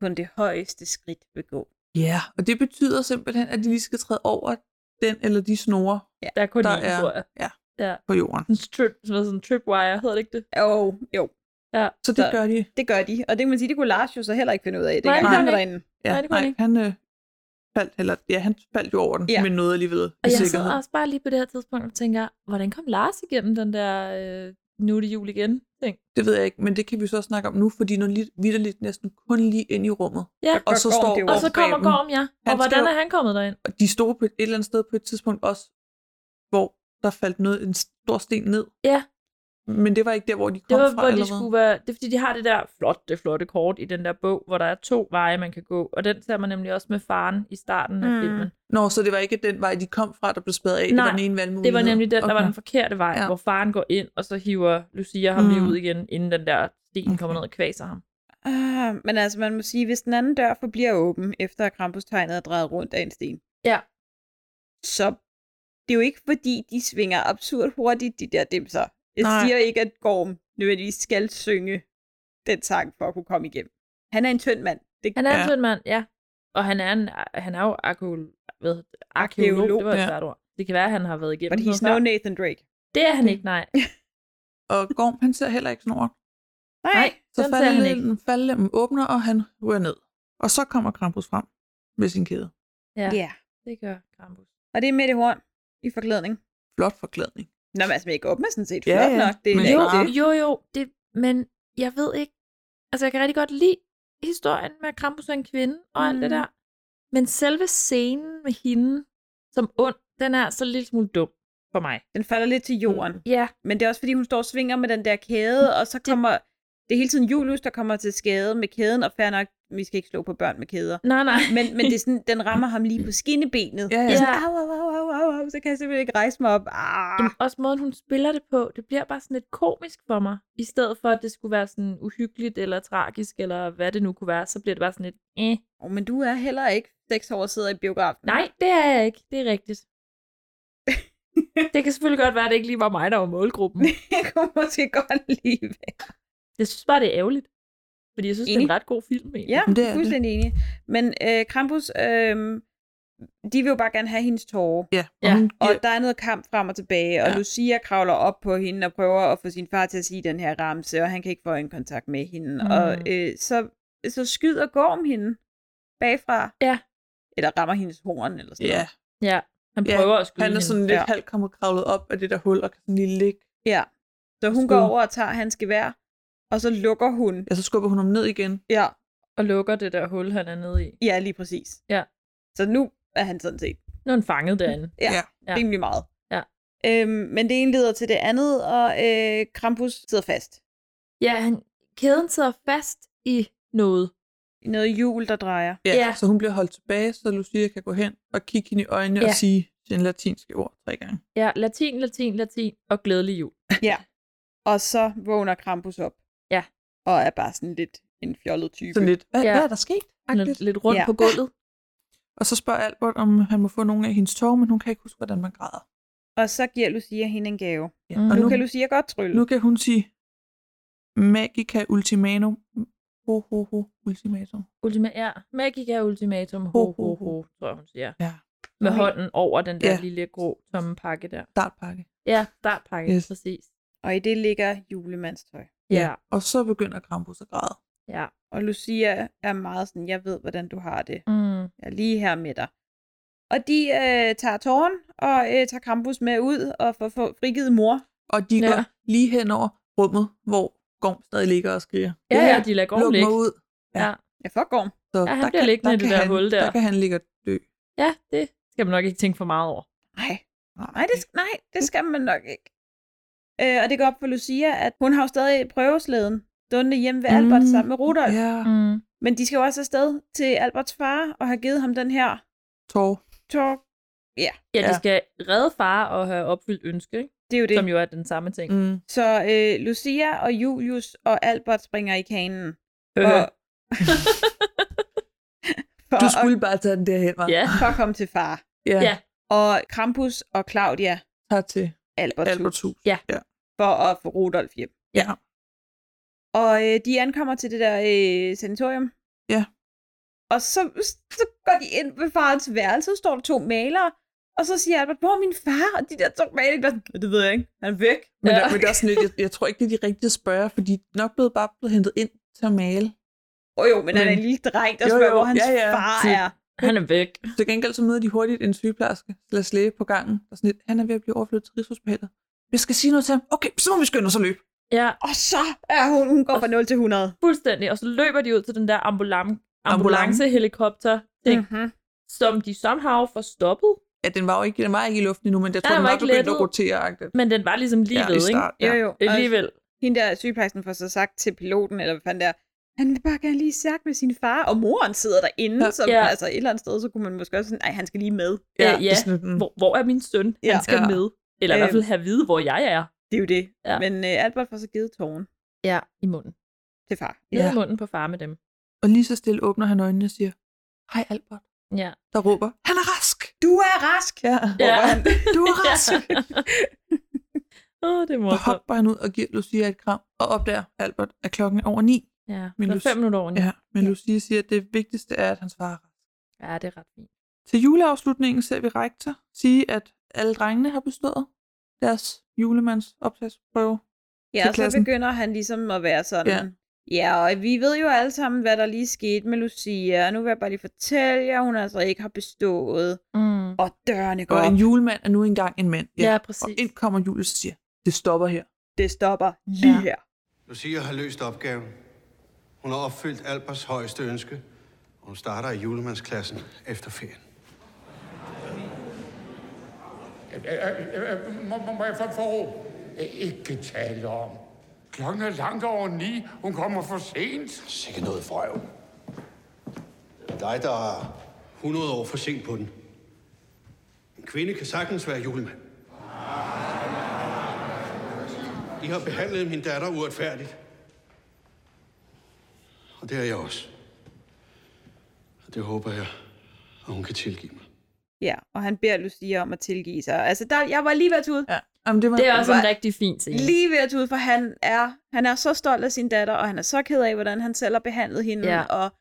S9: Kun det højeste skridt vil gå.
S6: Ja, og det betyder simpelthen, at de lige skal træde over den eller de snore
S8: Der er kun
S6: Der
S8: én,
S6: er-
S8: tror jeg.
S6: på jorden.
S8: En trip, sådan en tripwire, hedder det ikke det?
S9: Jo, jo,
S6: Så det
S9: Så-
S6: gør de.
S9: det gør de. Og det kan man sige, det kunne Lars jo så heller ikke finde ud af. Det
S8: Nej,
S9: gang,
S6: det
S9: han
S8: gør
S9: var
S8: han
S9: derinde.
S6: Ja,
S8: Nej, det kunne han ikke.
S6: han øh, faldt, eller, ja, han faldt jo over den,
S9: Ja.
S6: men nåede alligevel
S8: Og
S6: i
S8: jeg
S6: sikkerhed.
S8: sidder også bare lige på det her tidspunkt og tænker, hvordan kom Lars igennem den der øh, nu er det jul igen ting?
S6: Det ved jeg ikke, men det kan vi så snakke om nu, fordi nu lige, vidderligt næsten kun lige ind i rummet.
S8: Ja,
S6: Og så
S9: Gorm
S6: står
S9: det jo
S8: og
S9: Gorm
S8: så kommer
S6: bag dem.
S8: Gorm, ja. Og
S6: Han
S8: hvordan
S6: skal jo-
S8: er han kommet derind?
S6: Og de stod på et, et eller andet sted på et tidspunkt også, hvor der faldt noget, en stor sten ned.
S8: Ja.
S6: Men det var ikke der, hvor de kom
S8: Det var,
S6: fra,
S8: hvor de
S6: eller
S8: skulle være... Det er, fordi de har det der flotte, flotte kort i den der bog, hvor der er to veje, man kan gå. Og den ser man nemlig også med faren i starten af
S9: Mm.
S8: filmen.
S6: Nå, så det var ikke den vej, de kom fra, der blev spadet af. Nej, det
S8: Nej,
S6: var den ene valgmulighed.
S8: Det var nemlig den, der var
S6: Okay.
S8: den forkerte vej,
S6: Ja.
S8: hvor faren går ind, og så hiver Lucia ham lige
S6: Mm.
S8: ud igen, inden den der sten
S6: Okay.
S8: kommer ned og kvaser ham.
S9: Ah, men altså, man må sige, hvis den anden dør forbliver åben, efter at Krampus-tegnet er drejet rundt af en sten,
S8: Ja.
S9: så det er jo ikke, fordi de svinger absurd hurtigt, de der dimser. Jeg Nej.
S6: Nej.
S9: siger ikke, at Gorm nødvendigvis skal synge den sang for at kunne komme igennem. Han er en tynd mand. Det
S8: Han er altså
S6: Ja.
S8: en tynd mand, ja. Og han er, en, han er jo arkeolog, ved, arkeolog,
S9: Arkæolog,
S8: det var et
S6: ja.
S8: svært ord. Det kan være, at han har været igennem
S9: But he's
S8: noget
S9: no
S8: før.
S9: Nathan Drake.
S8: Det er han ikke, nej.
S6: Og Gorm, han ser heller ikke snor.
S8: Nej,
S6: Så
S8: den ser han ikke.
S6: faldlemmen, faldlemmen åbner, og han ryger ned. Og så kommer Krampus frem med sin kæde.
S8: Ja,
S9: Ja.
S8: det gør Krampus.
S9: Og det er Mette Horn i forklædning.
S6: Flot forklædning.
S9: Nå, men altså, make-up er sådan set
S6: Ja,
S9: flot
S6: ja.
S9: nok. Det er
S6: Men
S9: da
S8: Jo,
S9: ikke det.
S8: jo, jo, det, men jeg ved ikke, altså jeg kan rigtig godt lide historien med at Krampus er en kvinde og mm. alt det
S9: Mhm.
S8: der, men selve scenen med hende som ond, den er så lidt smule dum for mig.
S9: Den falder lidt til jorden.
S8: Ja,
S9: Men det er også, fordi hun står og svinger med den der kæde, og så kommer... Det er hele tiden Julius, der kommer til skade med kæden, og fair nok, vi skal ikke slå på børn med kæder.
S8: nej, nej.
S9: Men, men det er sådan, den rammer ham lige på skinnebenet.
S6: Ja, ja.
S9: Det er sådan, au, au, au, au, au, au, så kan jeg simpelthen ikke rejse mig op. *laughs* Ah.
S8: Jamen, også måden, hun spiller det på, det bliver bare sådan lidt komisk for mig. I stedet for, at det skulle være sådan uhyggeligt eller tragisk, eller hvad det nu kunne være, så bliver det bare sådan lidt, eh.
S9: Oh, men du er heller ikke seks år og sidder i biografen.
S8: Nej, det er jeg ikke. Det er rigtigt. det kan selvfølgelig godt være, at det ikke lige var mig, der var målgruppen.
S9: *laughs* Jeg kunne måske godt lide væk.
S8: Jeg synes bare, det er ærgerligt. Fordi jeg synes, Enig. det er en ret god film, egentlig.
S9: Ja,
S6: Jamen, det
S9: det
S6: er
S9: er
S6: det.
S9: fuldstændig enig. Men øh, Krampus, øh, de vil jo bare gerne have hendes tårer.
S6: Ja, og
S8: Ja,
S6: hun
S9: Og
S6: giver,
S9: der er noget kamp frem og tilbage, og
S6: Ja.
S9: ja. Lucia kravler op på hende og prøver at få sin far til at sige den her ramse, og han kan ikke få en kontakt med hende.
S8: Mm.
S9: Mm. Og øh, så, så skyder Gorm hende bagfra.
S8: Ja.
S9: Eller rammer hendes horn eller sådan
S6: ja,
S9: noget.
S8: ja. Han
S6: Ja,
S8: prøver ja, at skyde
S6: han er
S8: hende.
S6: sådan lidt
S9: Ja.
S6: halvt kommet kravlet op af det der hul, og kan sådan lige ligge.
S9: Ja. Så hun
S6: Skud.
S9: går over og tager hans gevær, og så lukker hun.
S6: Ja, så skubber hun ham ned igen.
S9: Ja,
S8: Og lukker det der hul, han er nede i.
S9: ja lige præcis.
S8: Ja.
S9: Så nu er han sådan set
S8: Nu er han fanget derinde.
S9: Ja,
S6: Ja.
S9: ja.
S8: Ja.
S9: rimelig meget.
S8: Ja.
S9: Øhm, men det ene leder til det andet, og øh, Krampus sidder fast.
S8: Ja, han, kæden sidder fast i noget.
S9: I Noget hjul, der drejer.
S6: Ja,
S8: Ja.
S6: ja. Så hun bliver holdt tilbage, så Lucia kan gå hen og kigge hende i øjnene ja. og
S8: Ja.
S6: sige sine latinske ord tre gange.
S8: Ja, latin, latin, latin og glædelig jul.
S9: Og så vågner Krampus op.
S8: Ja.
S9: Og er bare sådan lidt en fjollet type.
S6: Sådan lidt, hvad,
S8: Ja.
S6: ja. hvad er der sket?
S8: Lidt, lidt rundt ja.
S9: Ja.
S8: på gulvet.
S6: Og så spørger Albert, om han må få nogle af hendes tårer, men hun kan ikke huske, hvordan man græder.
S9: Og så giver Lucia hende en gave.
S6: Ja.
S8: Mm.
S6: Og
S9: Nu,
S6: nu,
S9: kan Lucia godt trylle.
S6: nu kan hun sige, magica ultimanum, ho ho ho ultimatum.
S8: Ultima, ja. Magica ultimatum. Ho, ho, ho, tror jeg, hun siger.
S6: Ja,
S8: Med
S9: Okay.
S8: hånden over den der
S6: Ja.
S8: lille grå tomme pakke der.
S6: startpakke.
S8: Ja, startpakke, yes.
S6: Yes.
S8: præcis.
S9: Og i det ligger julemandstøj.
S8: Ja.
S6: Og så begynder Krampus at græde.
S8: Ja.
S9: Og Lucia er meget sådan, jeg ved, hvordan du har det.
S8: Mm.
S9: Jeg er lige her med dig. Og de øh, tager tåren og øh, tager Krampus med ud og får, får frigivet mor.
S6: Og de
S8: Ja.
S6: går lige hen over rummet, hvor Gorm stadig ligger og skriger.
S8: Ja, ja, de lader gården
S6: Luk mig
S8: ligge.
S6: ud.
S9: Ja, for Gorm.
S6: Så
S8: Ja, han bliver liggende i det
S6: kan
S8: der
S6: han,
S8: hul der.
S6: Der kan han ligge og dø.
S8: Ja, det skal man nok ikke tænke for meget over.
S9: Nej, Nej, det, sk- nej, det skal man nok ikke. Øh, og det går op for Lucia, at hun har jo stadig prøveslæden dundende hjemme ved Albert
S6: Mm,
S9: sammen med Rudolf.
S6: Ja,
S8: Mm.
S9: Men de skal jo også afsted til Alberts far og have givet ham den her
S6: tår.
S9: talk.
S8: Ja, de
S6: Ja.
S8: skal redde far og have opfyldt ønske, ikke?
S9: Det er jo det.
S8: som jo er den samme ting.
S6: Mm.
S9: Så øh, Lucia og Julius og Albert springer i kanen.
S8: Øh,
S9: For, for,
S6: Du skulle bare tage den derhen, var.
S8: ja,
S9: at, for at komme til far.
S8: Ja.
S9: Og Krampus og Claudia
S6: Tager til
S9: Alberts,
S6: Alberts
S9: hus
S6: hus.
S8: Ja.
S9: for at få Rudolf hjem.
S6: Ja.
S9: Og øh, de ankommer til det der øh, sanatorium.
S6: Ja.
S9: Og så, så går de ind ved farens værelse, så står der to malere, og så siger Albert, hvor er min far? Og de der to malere, der, "Ja, det ved jeg ikke, han er væk.
S6: Men,
S8: Ja.
S6: ja. der, men det er sådan lidt, jeg, jeg tror ikke, det er de rigtige at spørge, for de er nok blevet bare blevet hentet ind til at male.
S9: Åh oh, jo, men, men han er
S6: Men-
S9: en lille dreng, der
S6: Jo,
S9: spørger,
S6: jo,
S9: hvor hans
S6: ja,
S9: ja,
S6: ja.
S9: ja. far
S6: Så-
S9: er.
S8: han er væk.
S6: Til gengæld så møder de hurtigt en sygeplejerske slags læge på gangen, og sådan lidt, han er ved at blive overflyttet til Rigshospitalet. Vi skal sige noget til ham. Okay, så må vi skynde os at løbe.
S8: Ja,
S9: Og så er hun, hun går fra 0 til 100.
S8: fuldstændig. Og så løber de ud til den der ambulan- ambulancehelikopter, mm.
S6: Mhm.
S9: Mm-hmm.
S8: som de somehow får stoppet.
S6: Ja, den var jo ikke, den var ikke i luften endnu, men jeg tror,
S8: den
S6: den
S8: var
S6: var
S8: ikke
S6: begyndt
S8: lettet.
S6: at rotere. agtigt.
S8: Men den var ligesom lige
S6: ja,
S8: ved,
S6: i
S8: ikke?
S6: start,
S9: Jo,
S6: ja.
S9: jo. Og
S8: Alligevel.
S9: hende der sygeplejersken får så sagt til piloten, eller hvad fanden der, han vil bare gerne lige sagt med sin far, og moren sidder derinde,
S6: Ja.
S9: ja. som
S8: Ja.
S9: ja. altså et eller andet sted, så kunne man måske også sådan, nej, han skal lige med.
S8: Ja,
S6: det er
S8: ja.
S6: Sådan, mm,
S8: Hvor, hvor er min søn? Ja. Han
S9: Ja.
S8: skal
S6: Ja.
S8: med. Eller i hvert fald have at vide, hvor jeg er.
S9: Det er jo det.
S8: Ja.
S9: Ja. Men øh, Albert får så givet tåren
S8: Ja, i munden.
S9: til far.
S8: Ned
S6: Ja.
S8: i munden på far med dem.
S6: Og lige så stille åbner han øjnene og siger, hej Albert,
S8: Ja.
S6: der råber, han er rask!
S9: Du er rask!
S6: Ja,
S8: *laughs* Ja.
S9: Råber han.
S6: du er rask!
S8: Åh, oh, det er
S6: Så
S8: morsomt.
S6: hopper han ud og giver Lucia et kram, og opdager Albert, at klokken er over ni.
S8: Ja,
S6: Men
S8: men
S6: du-
S8: fem minutter over ni.
S6: Ja, men Lucia siger, at det vigtigste er, at hans far er rask.
S8: ja, det er ret fint.
S6: Til juleafslutningen ser vi rektor sige, at alle drengene har bestået deres julemands opslagsprøve,
S9: Ja,
S6: til
S9: og så
S6: klassen.
S9: begynder han ligesom at være
S6: Ja.
S9: sådan. Ja. ja, og vi ved jo alle sammen, hvad der lige skete med Lucia, og nu vil jeg bare lige fortælle jer, hun altså ikke har bestået.
S8: Mm.
S9: Og dørene går
S6: Og en
S9: op.
S6: julemand er nu engang en mand.
S8: Ja,
S6: Og
S8: præcis.
S6: ind kommer Julius og siger, det stopper her.
S9: Det stopper lige her.
S11: Lucia har løst opgaven. Hun har opfyldt Albers højeste ønske. og Hun starter i julemandsklassen efter ferien.
S12: Må, må, må jeg få få ro? Øh, Ikke tale om. Klokken er langt over ni. Hun kommer for sent.
S11: Sikke noget frøv. Det er dig, der er 100 år for sent på den. En kvinde kan sagtens være julemand. De har behandlet min datter uretfærdigt. Og det er jeg også. Og det håber jeg, at hun kan tilgive mig.
S9: Ja, og han beder Lucia om at tilgive sig. Altså, der, jeg var lige ved at tude.
S6: Ja, Jamen, det, var,
S8: Det er også en
S9: var
S8: rigtig fin scene.
S9: Lige ved at tude, for han er, han er så stolt af sin datter, og han er så ked af, hvordan han selv har behandlet hende.
S8: Ja.
S9: Og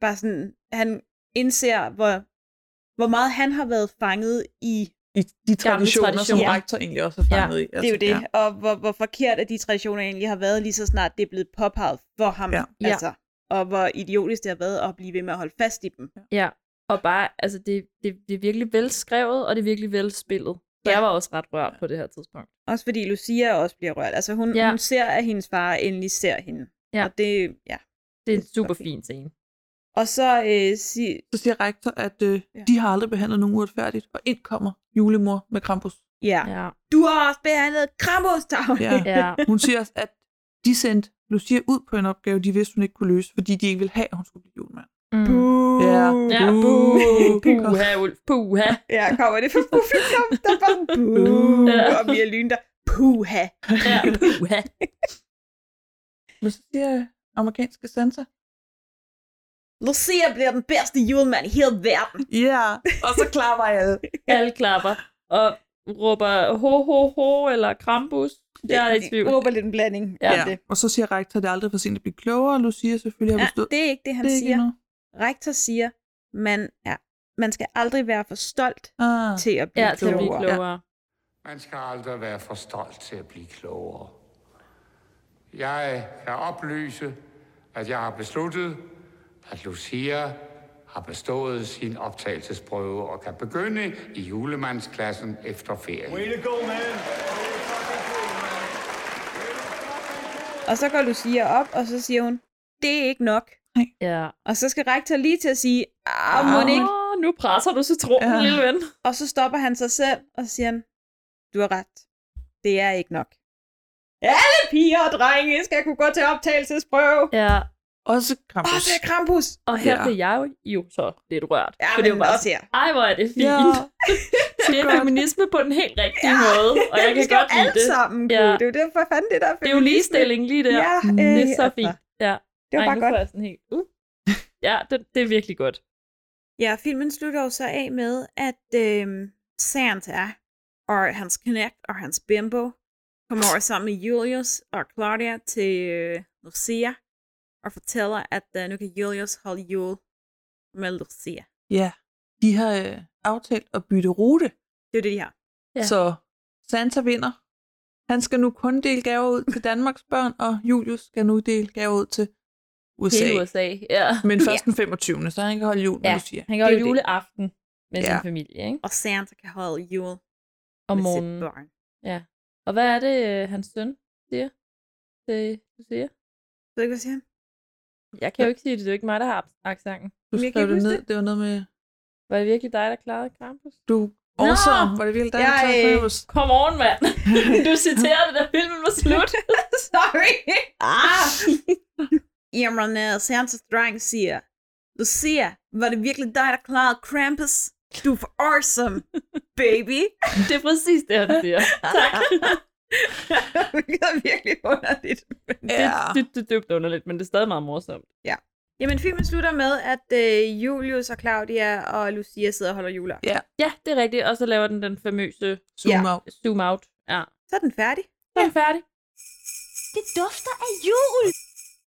S9: bare sådan, han indser, hvor, hvor meget han har været fanget i
S6: I de traditioner, som
S8: traditioner.
S6: rektor egentlig også er fanget i. Altså,
S9: Det er jo det, ja. og hvor, hvor forkert at de traditioner egentlig har været, lige så snart det er blevet påpeget for ham,
S6: Ja.
S9: ja.
S8: Ja.
S9: altså, og hvor idiotisk det har været at blive ved med at holde fast i dem.
S8: Ja, og bare, altså det, det, det er virkelig velskrevet, og det er virkelig velspillet. Jeg var også ret rørt på det her tidspunkt.
S9: Også fordi Lucia også bliver rørt. Altså hun,
S8: Ja.
S9: ja. hun ser, at hendes far endelig ser hende.
S8: Ja.
S9: Og det, ja.
S8: Det er en
S9: Det er
S8: super
S9: fint.
S8: fin scene.
S9: Og så øh, sig,
S6: Så siger rektor, at øh,
S9: Ja.
S6: de har aldrig behandlet nogen uretfærdigt, og ind kommer julemor med Krampus.
S9: *laughs* ja,
S8: Ja,
S9: du har også behandlet Krampus dagligt.
S6: Ja.
S8: ja,
S6: Hun siger også, at de sendte Lucia ud på en opgave, de vidste, hun ikke kunne løse, fordi de ikke ville have, at hun skulle blive julemand.
S8: mm.
S9: Uh.
S6: Ja.
S8: ja buh, puha, Ulf, puha.
S9: ja, kommer det fra publikum, der
S6: *laughs*
S9: bare sådan, buh,
S8: Ja.
S9: og vi er lyn der, puha.
S8: Ja, puha.
S6: Men så siger øh, amerikanske Santa,
S9: Lucia bliver den bedste julemand i hele verden.
S6: ja, og så klapper jeg alle.
S8: Alle klapper og råber ho, ho, ho, eller krampus. Jeg er i tvivl.
S9: Jeg håber lidt en blanding
S8: Ja.
S9: af
S6: Ja.
S9: det.
S6: Og så siger rektor, at det er aldrig for sent at blive klogere, og Lucia selvfølgelig har
S9: Ja,
S6: bestået.
S9: det er ikke det, han
S6: det
S9: det
S6: er
S9: siger.
S6: noget.
S9: Rektor siger, man er, man skal aldrig være for stolt
S6: Ah,
S9: til at blive
S8: Ja,
S9: ja,
S8: til at blive
S9: klogere.
S8: klogere.
S12: Man skal aldrig være for stolt til at blive klogere. Jeg kan oplyse, at jeg har besluttet, at Lucia har bestået sin optagelsesprøve og kan begynde i julemandsklassen efter ferien.
S9: Og så går Lucia op, og så siger hun, det er ikke nok.
S8: Ja.
S9: Og så skal rektor lige til at sige, ah, må det ikke.
S8: Åh, nu presser du citronen,
S6: Ja.
S8: ja. lille ven.
S9: Og så stopper han sig selv, og siger han, du har ret. Det er ikke nok. Alle piger og drenge skal kunne gå til optagelsesprøve.
S8: Ja,
S6: Også
S9: Og
S6: Krampus.
S9: det er Krampus.
S8: og her
S6: Ja.
S8: blev jeg jo, jo så lidt rørt.
S9: Ja,
S8: For
S9: men
S8: det er jo bare
S9: også her.
S8: Ej, hvor er det fint.
S6: Ja.
S8: Det er feminisme på den helt rigtige måde,
S9: *laughs*
S8: og jeg
S9: Vi
S8: kan
S9: skal
S8: godt
S9: jo
S8: lide
S9: alle
S8: det.
S9: sammen gå.
S8: Ja.
S9: Det er jo derfor, fanden det der
S8: Det er jo ligestilling lige der.
S9: Ja,
S6: Mm.
S9: øh,
S8: Det er så
S9: altså.
S8: fint. Ja.
S9: Det var
S8: Ej,
S9: bare
S8: nu
S9: godt.
S8: får jeg sådan helt... Uh. Ja, det, det er virkelig godt.
S9: Ja, filmen slutter jo så af med, at øh, Santa og hans knægt og hans bimbo kommer over sammen med Julius og Claudia til øh, Lucia og fortæller, at øh, nu kan Julius holde jul med Lucia.
S6: Ja, de har øh, aftalt at bytte rute,
S9: Det er det, de har.
S8: Ja.
S6: ja. så Santa vinder. Han skal nu kun dele gaver ud til Danmarks børn, og Julius skal nu dele gaver ud til USA.
S8: Hele USA. Ja.
S6: Men først den 25. så han kan holde jul, ja.
S8: ja.
S6: du siger.
S8: Han kan holde
S9: Det er jo det.
S8: juleaften med
S6: Ja.
S8: sin familie, ikke?
S9: Og Santa kan holde jul
S8: Om
S9: med sit
S8: morgenen.
S9: barn.
S8: Og hvad er det, øh, hans søn siger til Lucia?
S9: Ved du ikke, hvad siger han?
S8: Jeg kan jo ikke sige det, det er jo ikke mig, der har aksangen.
S6: Du
S9: Men jeg kan
S6: skrev
S9: ikke
S6: det
S9: huske
S6: ned, det var noget med,
S8: Var det virkelig dig, der klarede Krampus?
S6: du
S8: Nå!
S6: awesome, var det virkelig dig, der
S9: Jeg-
S6: tager Krampus?
S8: Kom on, mand! Du citerer det, da filmen var slut.
S9: Sorry! ah! *laughs* Jamen, uh, Santas dreng siger, Lucia, var det virkelig dig, der klarede Krampus? Du er for
S8: *laughs*
S9: awesome, baby!
S8: Det er præcis det, han siger. Tak.
S9: *laughs* det er virkelig underligt.
S8: Det, det, det er dybt underligt, men det er stadig meget morsomt.
S9: Jamen, filmen slutter med, at øh, Julius og Claudia og Lucia sidder og holder juler.
S6: Ja.
S8: Ja, det er rigtigt. Og så laver den den famøse
S6: Zoom out.
S8: zoom out. Ja.
S9: Så er den færdig.
S8: Så er den færdig.
S5: Det dufter af jul.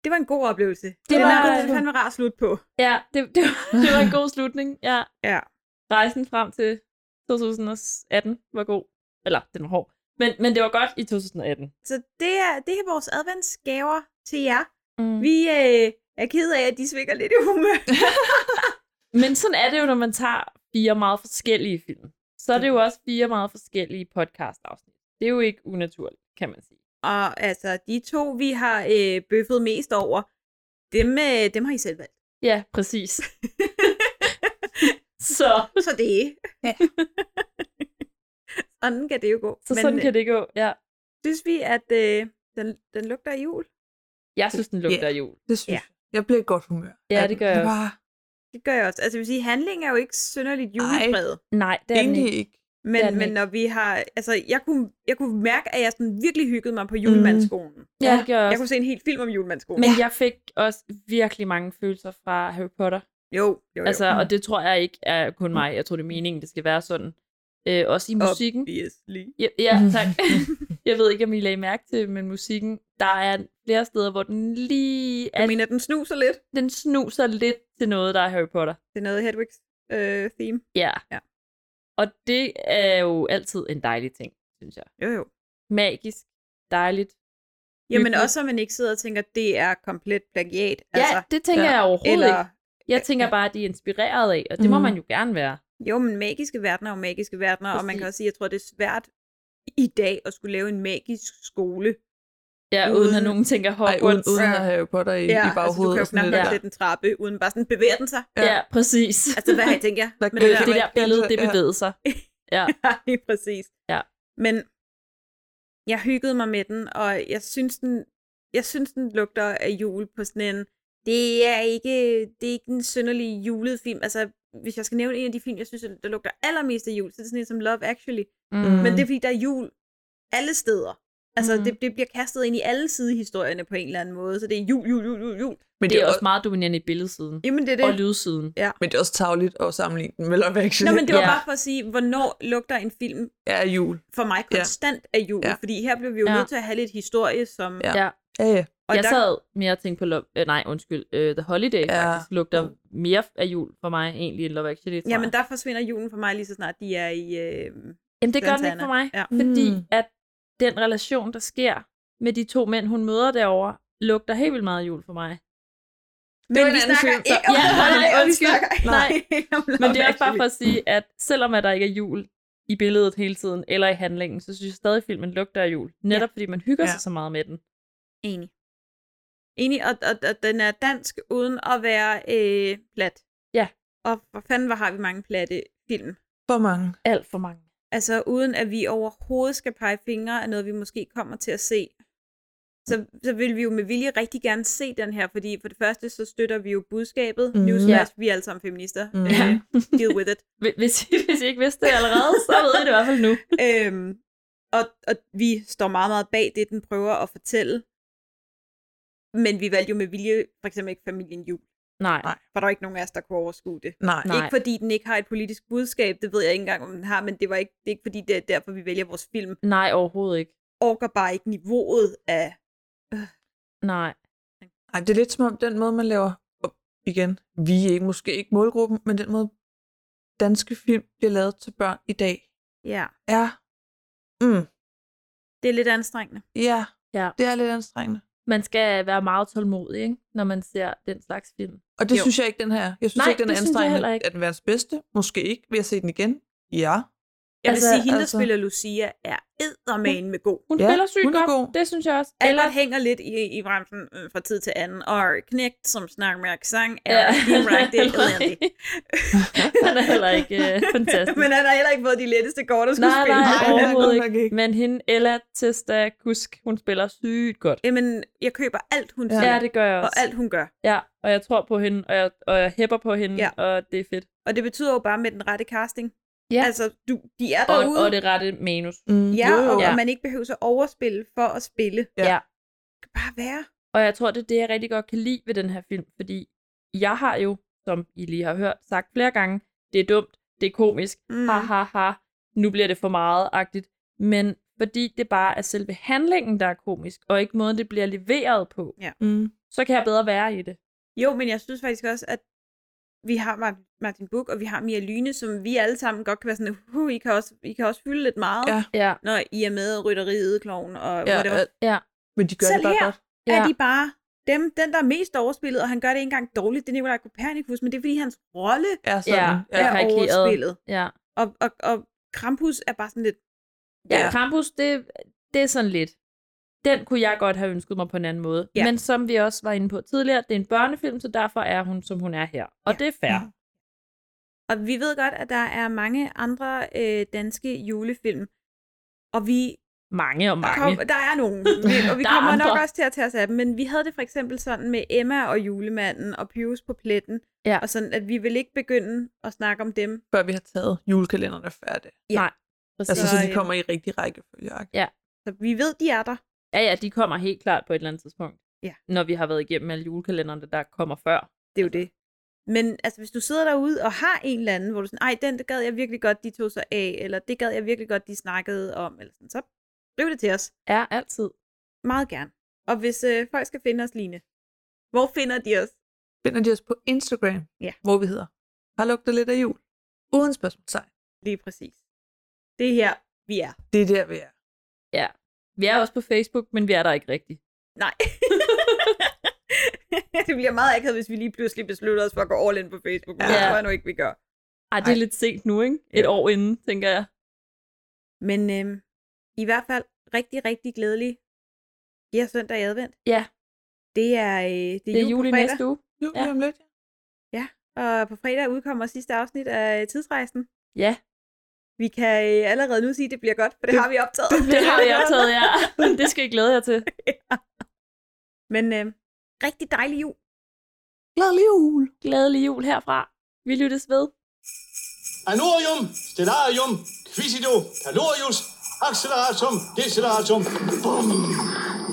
S9: Det var en god oplevelse. Det,
S8: var-
S9: var en fandme rar slut på.
S8: Ja, det, det, var, *laughs* det var en god slutning. Ja.
S9: Ja.
S8: Rejsen frem til 2018 var god. Eller, den var hård. Men, men det var godt i 2018.
S9: Så det er, det er vores adventsgaver til jer. Mm. Vi øh, er ked af, at de svinger lidt i *laughs* humør.
S8: Men sådan er det jo, når man tager fire meget forskellige film. Så er det jo også fire meget forskellige podcast-afsnit. Det er jo ikke unaturligt, kan man sige.
S9: Og altså, de to, vi har øh, bøffet mest over, dem, øh, dem har I selv valgt. *laughs*
S8: Ja, præcis. *laughs* så.
S9: Så det er. *laughs* sådan kan det jo gå.
S8: Så Men, sådan kan det gå, ja.
S9: Synes vi, at øh, den, den lugter af jul?
S8: Jeg synes, den lugter af jul.
S6: Det synes
S9: Ja.
S6: ja. jeg. Jeg bliver i godt humør.
S8: Ja,
S6: Af
S8: det
S6: den.
S8: gør jeg
S6: var
S9: Det gør jeg også. Altså, jeg vil sige, handling er jo ikke synderligt julepræget.
S8: Nej, det er den
S6: egentlig
S8: ikke.
S6: ikke.
S8: Det er
S9: Men,
S8: den
S9: men
S8: ikke.
S9: når vi har... Altså, jeg kunne, jeg kunne mærke, at jeg sådan virkelig hyggede mig på julemandsskolen. Mm.
S8: Mhm. Ja, det gjorde jeg
S9: Jeg
S8: også.
S9: kunne se en hel film om julemandsskolen.
S8: Men jeg fik også virkelig mange følelser fra Harry Potter.
S9: Jo, jo, jo.
S8: Altså, og det tror jeg ikke er
S9: Mm.
S8: kun mig. Jeg tror, det er meningen, det skal være sådan. Øh, også i musikken.
S9: Obviously.
S8: Ja, ja tak. *laughs* jeg ved ikke, om I lagde mærke til, men musikken, der er flere steder, hvor den lige...
S9: Jeg mener, den snuser lidt.
S8: Den snuser lidt til noget, der er Harry Potter.
S9: Det er noget Hedwigs øh, theme.
S8: Ja.
S9: Ja.
S8: Og det er jo altid en dejlig ting, synes jeg.
S9: Jo, jo.
S8: Magisk, dejligt.
S9: Jamen
S8: hyggeligt.
S9: også, at man ikke sidder og tænker, at det er komplet plagiat.
S8: Ja,
S9: altså,
S8: det tænker jeg overhovedet
S9: eller,
S8: ikke. Jeg tænker bare, at de er inspireret af, og det mm. må
S9: Mhm.
S8: man jo gerne være.
S9: Jo, men magiske verdener er jo magiske verdener, og man
S8: Præcis.
S9: kan også sige, at jeg tror, det er svært i dag at skulle lave en magisk skole.
S8: Ja, uden, uden at nogen tænker
S6: Ej,
S8: Hogwarts.
S6: uden, uden at have Harry Potter i,
S9: ja,
S6: i baghovedet.
S9: altså, du kan jo
S6: noget
S9: knap nok
S6: der.
S9: sætte en trappe, uden bare sådan, bevæger den sig?
S8: Ja, ja præcis.
S9: Altså, hvad har
S6: *laughs*
S9: jeg tænker jeg?
S6: Der
S9: Men
S6: kan
S9: det
S6: jeg
S8: det
S6: ikke
S8: der billede, det
S6: altså, ja.
S8: bevægede sig. Ja.
S9: *laughs* Ja, lige præcis.
S8: Ja.
S9: Men jeg hyggede mig med den, og jeg synes, den, jeg synes, den lugter af jul på sådan en... Det er ikke, det er ikke en synderlig julet film. Altså, hvis jeg skal nævne en af de film, jeg synes, der lugter allermest af jul, så er det sådan en som Love Actually.
S8: Mm.
S9: Men det er, fordi der er jul alle steder. Altså,
S8: Mhm.
S9: mm. det, det bliver kastet ind i alle sidehistorierne på en eller anden måde, så det er jul, jul, jul, jul, jul.
S6: Men
S8: det er også meget dominerende i billedsiden.
S9: Jamen, det er det.
S8: Og lydsiden.
S9: Ja.
S6: Men det er også tageligt at sammenligne den med Love Actually.
S9: Nå, men det var
S8: Ja.
S9: bare for at sige, hvornår lugter en film
S6: *laughs* Ja, af jul.
S9: for mig
S6: Ja.
S9: konstant af jul,
S6: Ja.
S9: ja. fordi her blev vi jo
S8: Ja.
S9: ja. nødt til at have lidt historie, som...
S6: Ja.
S8: Ja.
S6: Ja, ja.
S9: Og
S8: jeg
S9: der,
S8: sad mere og tænkte på, Love, øh, nej, undskyld, øh, The Holiday ja.
S6: Ja.
S8: faktisk lugter mere af jul for mig egentlig end Love Actually, tror
S9: Jamen,
S8: jeg.
S9: der forsvinder julen for mig lige så snart de er i... Øh,
S8: Jamen, det gør den
S9: Santana.
S8: ikke for mig,
S9: Ja.
S8: fordi
S6: Mm.
S8: at den relation, der sker med de to mænd, hun møder derovre, lugter helt vildt meget af jul for mig.
S9: Men
S6: var en anden
S9: vi snakker
S6: film, så-
S9: ikke om
S8: Ja, nej,
S9: Holiday, og vi
S8: undskyld.
S9: snakker ikke
S8: Nej.
S9: om Love
S8: Men det er også bare for
S9: Actually.
S8: at sige, at selvom at der ikke er jul i billedet hele tiden, eller i handlingen, så synes jeg stadig, at filmen lugter af jul. Netop fordi man hygger ja.
S6: Ja.
S8: sig så meget med den.
S9: Enig. Enig, og, og, og den er dansk uden at være øh, plat.
S8: Ja.
S9: Og hvor fanden, hvor har vi mange platte film.
S6: For mange.
S8: Alt for mange.
S9: Altså, uden at vi overhovedet skal pege fingre af noget, vi måske kommer til at se. Så, så vil vi jo med vilje rigtig gerne se den her, fordi for det første, så støtter vi jo budskabet.
S6: Mhm.
S9: Mm, Newsflash, vi er alle sammen feminister.
S6: Mhm.
S9: Øh, deal
S6: *laughs*
S9: with it.
S8: Hvis- Hvis I, hvis I ikke vidste det allerede, så ved I det i hvert fald nu.
S9: øhm, og, og vi står meget, meget bag det, den prøver at fortælle. Men vi valgte jo med vilje, for eksempel ikke familien jul,
S8: Nej.
S6: Nej.
S9: for der var ikke nogen af os, der kunne overskue det.
S6: Nej.
S8: Nej.
S9: Ikke fordi den ikke har et politisk budskab, det ved jeg ikke engang, om den har, men det, var ikke, det er ikke fordi, det er derfor, vi vælger vores film.
S8: Nej, overhovedet ikke.
S9: orker bare ikke niveauet af...
S8: Nej.
S6: Ej, det er lidt som om den måde, man laver, og igen, vi er ikke, måske ikke målgruppen, men den måde, danske film bliver lavet til børn i dag,
S9: Ja,
S6: er, mm,
S9: det er lidt anstrengende.
S6: ja,
S8: Ja.
S6: det er lidt anstrengende.
S8: Man skal være meget tålmodig, ikke? når man ser den slags film.
S6: Og det
S9: Jo.
S6: jo. synes jeg ikke, den her. Jeg synes
S8: Nej,
S6: ikke, den
S8: det
S6: er
S8: synes jeg
S6: anstrengende.
S8: heller ikke.
S6: Er den verdens bedste? Måske ikke. Vil jeg se den igen? *laughs* Ja.
S9: Jeg vil
S8: Altså,
S9: altså, sige, hende, der
S6: altså-
S9: spiller Lucia, er eddermane med god.
S8: Hun
S6: Ja,
S8: spiller sygt
S6: hun er
S8: godt.
S6: god.
S8: Det synes jeg også.
S9: Eller hænger lidt i, i bremsen øh, fra tid til anden, og knægt, som snakker med accent, er
S8: Ja. *laughs*
S9: direkte elendig.
S8: han er heller ikke *laughs* øh, fantastisk.
S9: *laughs* Men han har heller ikke fået de letteste kort at skulle
S8: nej,
S9: spille.
S8: nej,
S6: Nej,
S8: overhovedet
S6: godt nok
S8: ikke.
S6: ikke.
S8: Men hende, Ella Testa Kusk, hun spiller sygt godt.
S9: Jamen, jeg køber alt, hun
S6: Ja.
S9: siger,
S8: Ja, det gør jeg også.
S9: og alt, hun gør.
S8: Ja, og jeg tror på hende, og jeg, og jeg hæpper på hende, ja.
S9: Ja.
S8: og det er fedt.
S9: Og det betyder jo bare med den rette casting.
S8: Ja.
S9: Altså, du, de er
S8: Og,
S9: derude.
S8: og det rette manus.
S6: Mm,
S9: Ja,
S6: jo, jo.
S9: og,
S8: Ja.
S9: og man ikke behøver at overspille for at spille.
S6: Ja.
S8: ja.
S9: Det kan bare være.
S8: Og jeg tror, det er det, jeg rigtig godt kan lide ved den her film, fordi jeg har jo, som I lige har hørt, sagt flere gange, det er dumt, det er komisk,
S9: Mm.
S8: ha ha ha, nu bliver det for meget-agtigt. Men fordi det bare er selve handlingen, der er komisk, og ikke måden, det bliver leveret på,
S6: Mm.
S8: så kan jeg bedre være i det.
S9: Jo, men jeg synes faktisk også, at vi har Mar- Martin Buch, og vi har Mia Lyne, som vi alle sammen godt kan være sådan, uh, I, kan også, I kan også fylde lidt meget,
S8: Ja. Ja.
S9: når I er med rytteriet, kloven og
S8: Ja,
S9: whatever.
S8: ja.
S6: Men de gør
S9: Selv
S6: det bare
S9: her
S6: godt.
S9: Ja. Er
S6: Ja.
S9: de bare dem, den, der er mest overspillet, og han gør det ikke engang dårligt, det er Nikolaj Kopernikus, men det er, fordi hans rolle
S6: Er sådan,
S8: ja,
S6: ja.
S8: er
S9: er
S8: karikeret.
S9: overspillet.
S8: Ja.
S9: Og, og, og Krampus er bare sådan lidt...
S8: Ja, Krampus, Øh, det, det er sådan lidt. Den kunne jeg godt have ønsket mig på en anden måde.
S9: Ja.
S8: Ja. Men som vi også var inde på tidligere, det er en børnefilm, så derfor er hun, som hun er her. Og ja. det er fair.
S9: Og vi ved godt, at der er mange andre øh, danske julefilm, og vi
S8: Mange og mange.
S9: Kom, der er nogen, men- og
S8: *laughs*
S9: vi
S8: Der er
S9: kommer nok
S8: andre.
S9: også til at tage os af dem, men vi havde det for eksempel sådan med Emma og julemanden og Pius på pletten,
S8: ja.
S9: og sådan, at vi vil ikke begynde at snakke om dem.
S6: Før vi har taget julekalenderne er færdige.
S9: Ja.
S8: Nej. præcis.
S6: Altså, så de
S9: Så, øh,
S6: kommer i rigtig rækkefølge. agtigt.
S8: Ja.
S9: Så vi ved, de er der.
S8: Ja, ja, de kommer helt klart på et eller andet tidspunkt.
S9: Ja.
S8: Når vi har været igennem alle julekalenderne, der kommer før.
S9: Det er jo det. Men altså, hvis du sidder derude og har en eller anden, hvor du sådan, ej, den gad jeg virkelig godt, de tog sig af, eller det gad jeg virkelig godt, de snakkede om, eller sådan, så skriv det til os.
S8: Ja, altid.
S9: Meget gerne. Og hvis øh, folk skal finde os, Line, hvor finder de os?
S6: Finder de os på Instagram,
S9: Ja.
S6: hvor vi hedder Har lugtet lidt af jul? Uden spørgsmålstegn.
S9: Lige præcis. Det er her, vi er.
S6: Det er der, vi er.
S8: Ja. Vi er også på Facebook, men vi er der ikke rigtigt.
S9: Nej. *laughs* det bliver meget akavet, hvis vi lige pludselig beslutter os for at gå all in på Facebook. Men Det
S8: Ja.
S9: tror jeg nu ikke, vi gør.
S8: Ej, det er lidt sent nu, ikke? Et år inden, tænker jeg.
S9: Men øhm, i hvert fald rigtig, rigtig glædelig ja, søndag i advent.
S8: Ja.
S9: Det er, øh, det er,
S8: Det er
S9: jul,
S8: jul
S9: på
S8: i
S9: fredag,
S8: næste uge.
S6: Jo,
S8: Ja.
S6: ja. lidt. ja.
S9: Og på fredag udkommer sidste afsnit af øh, Tidsrejsen.
S8: Ja,
S9: Vi kan øh, allerede nu sige, at det bliver godt, for det, det har vi optaget.
S8: det har
S9: *laughs*
S8: vi optaget, ja. Det skal I glæde jer til.
S9: Men øh, rigtig dejlig jul.
S6: Glædelig jul!
S8: Glædelig jul herfra. Vi lyttes ved.
S13: Anorium, stellarium, quisido, calorius, acceleratum, deceleratum. Bum.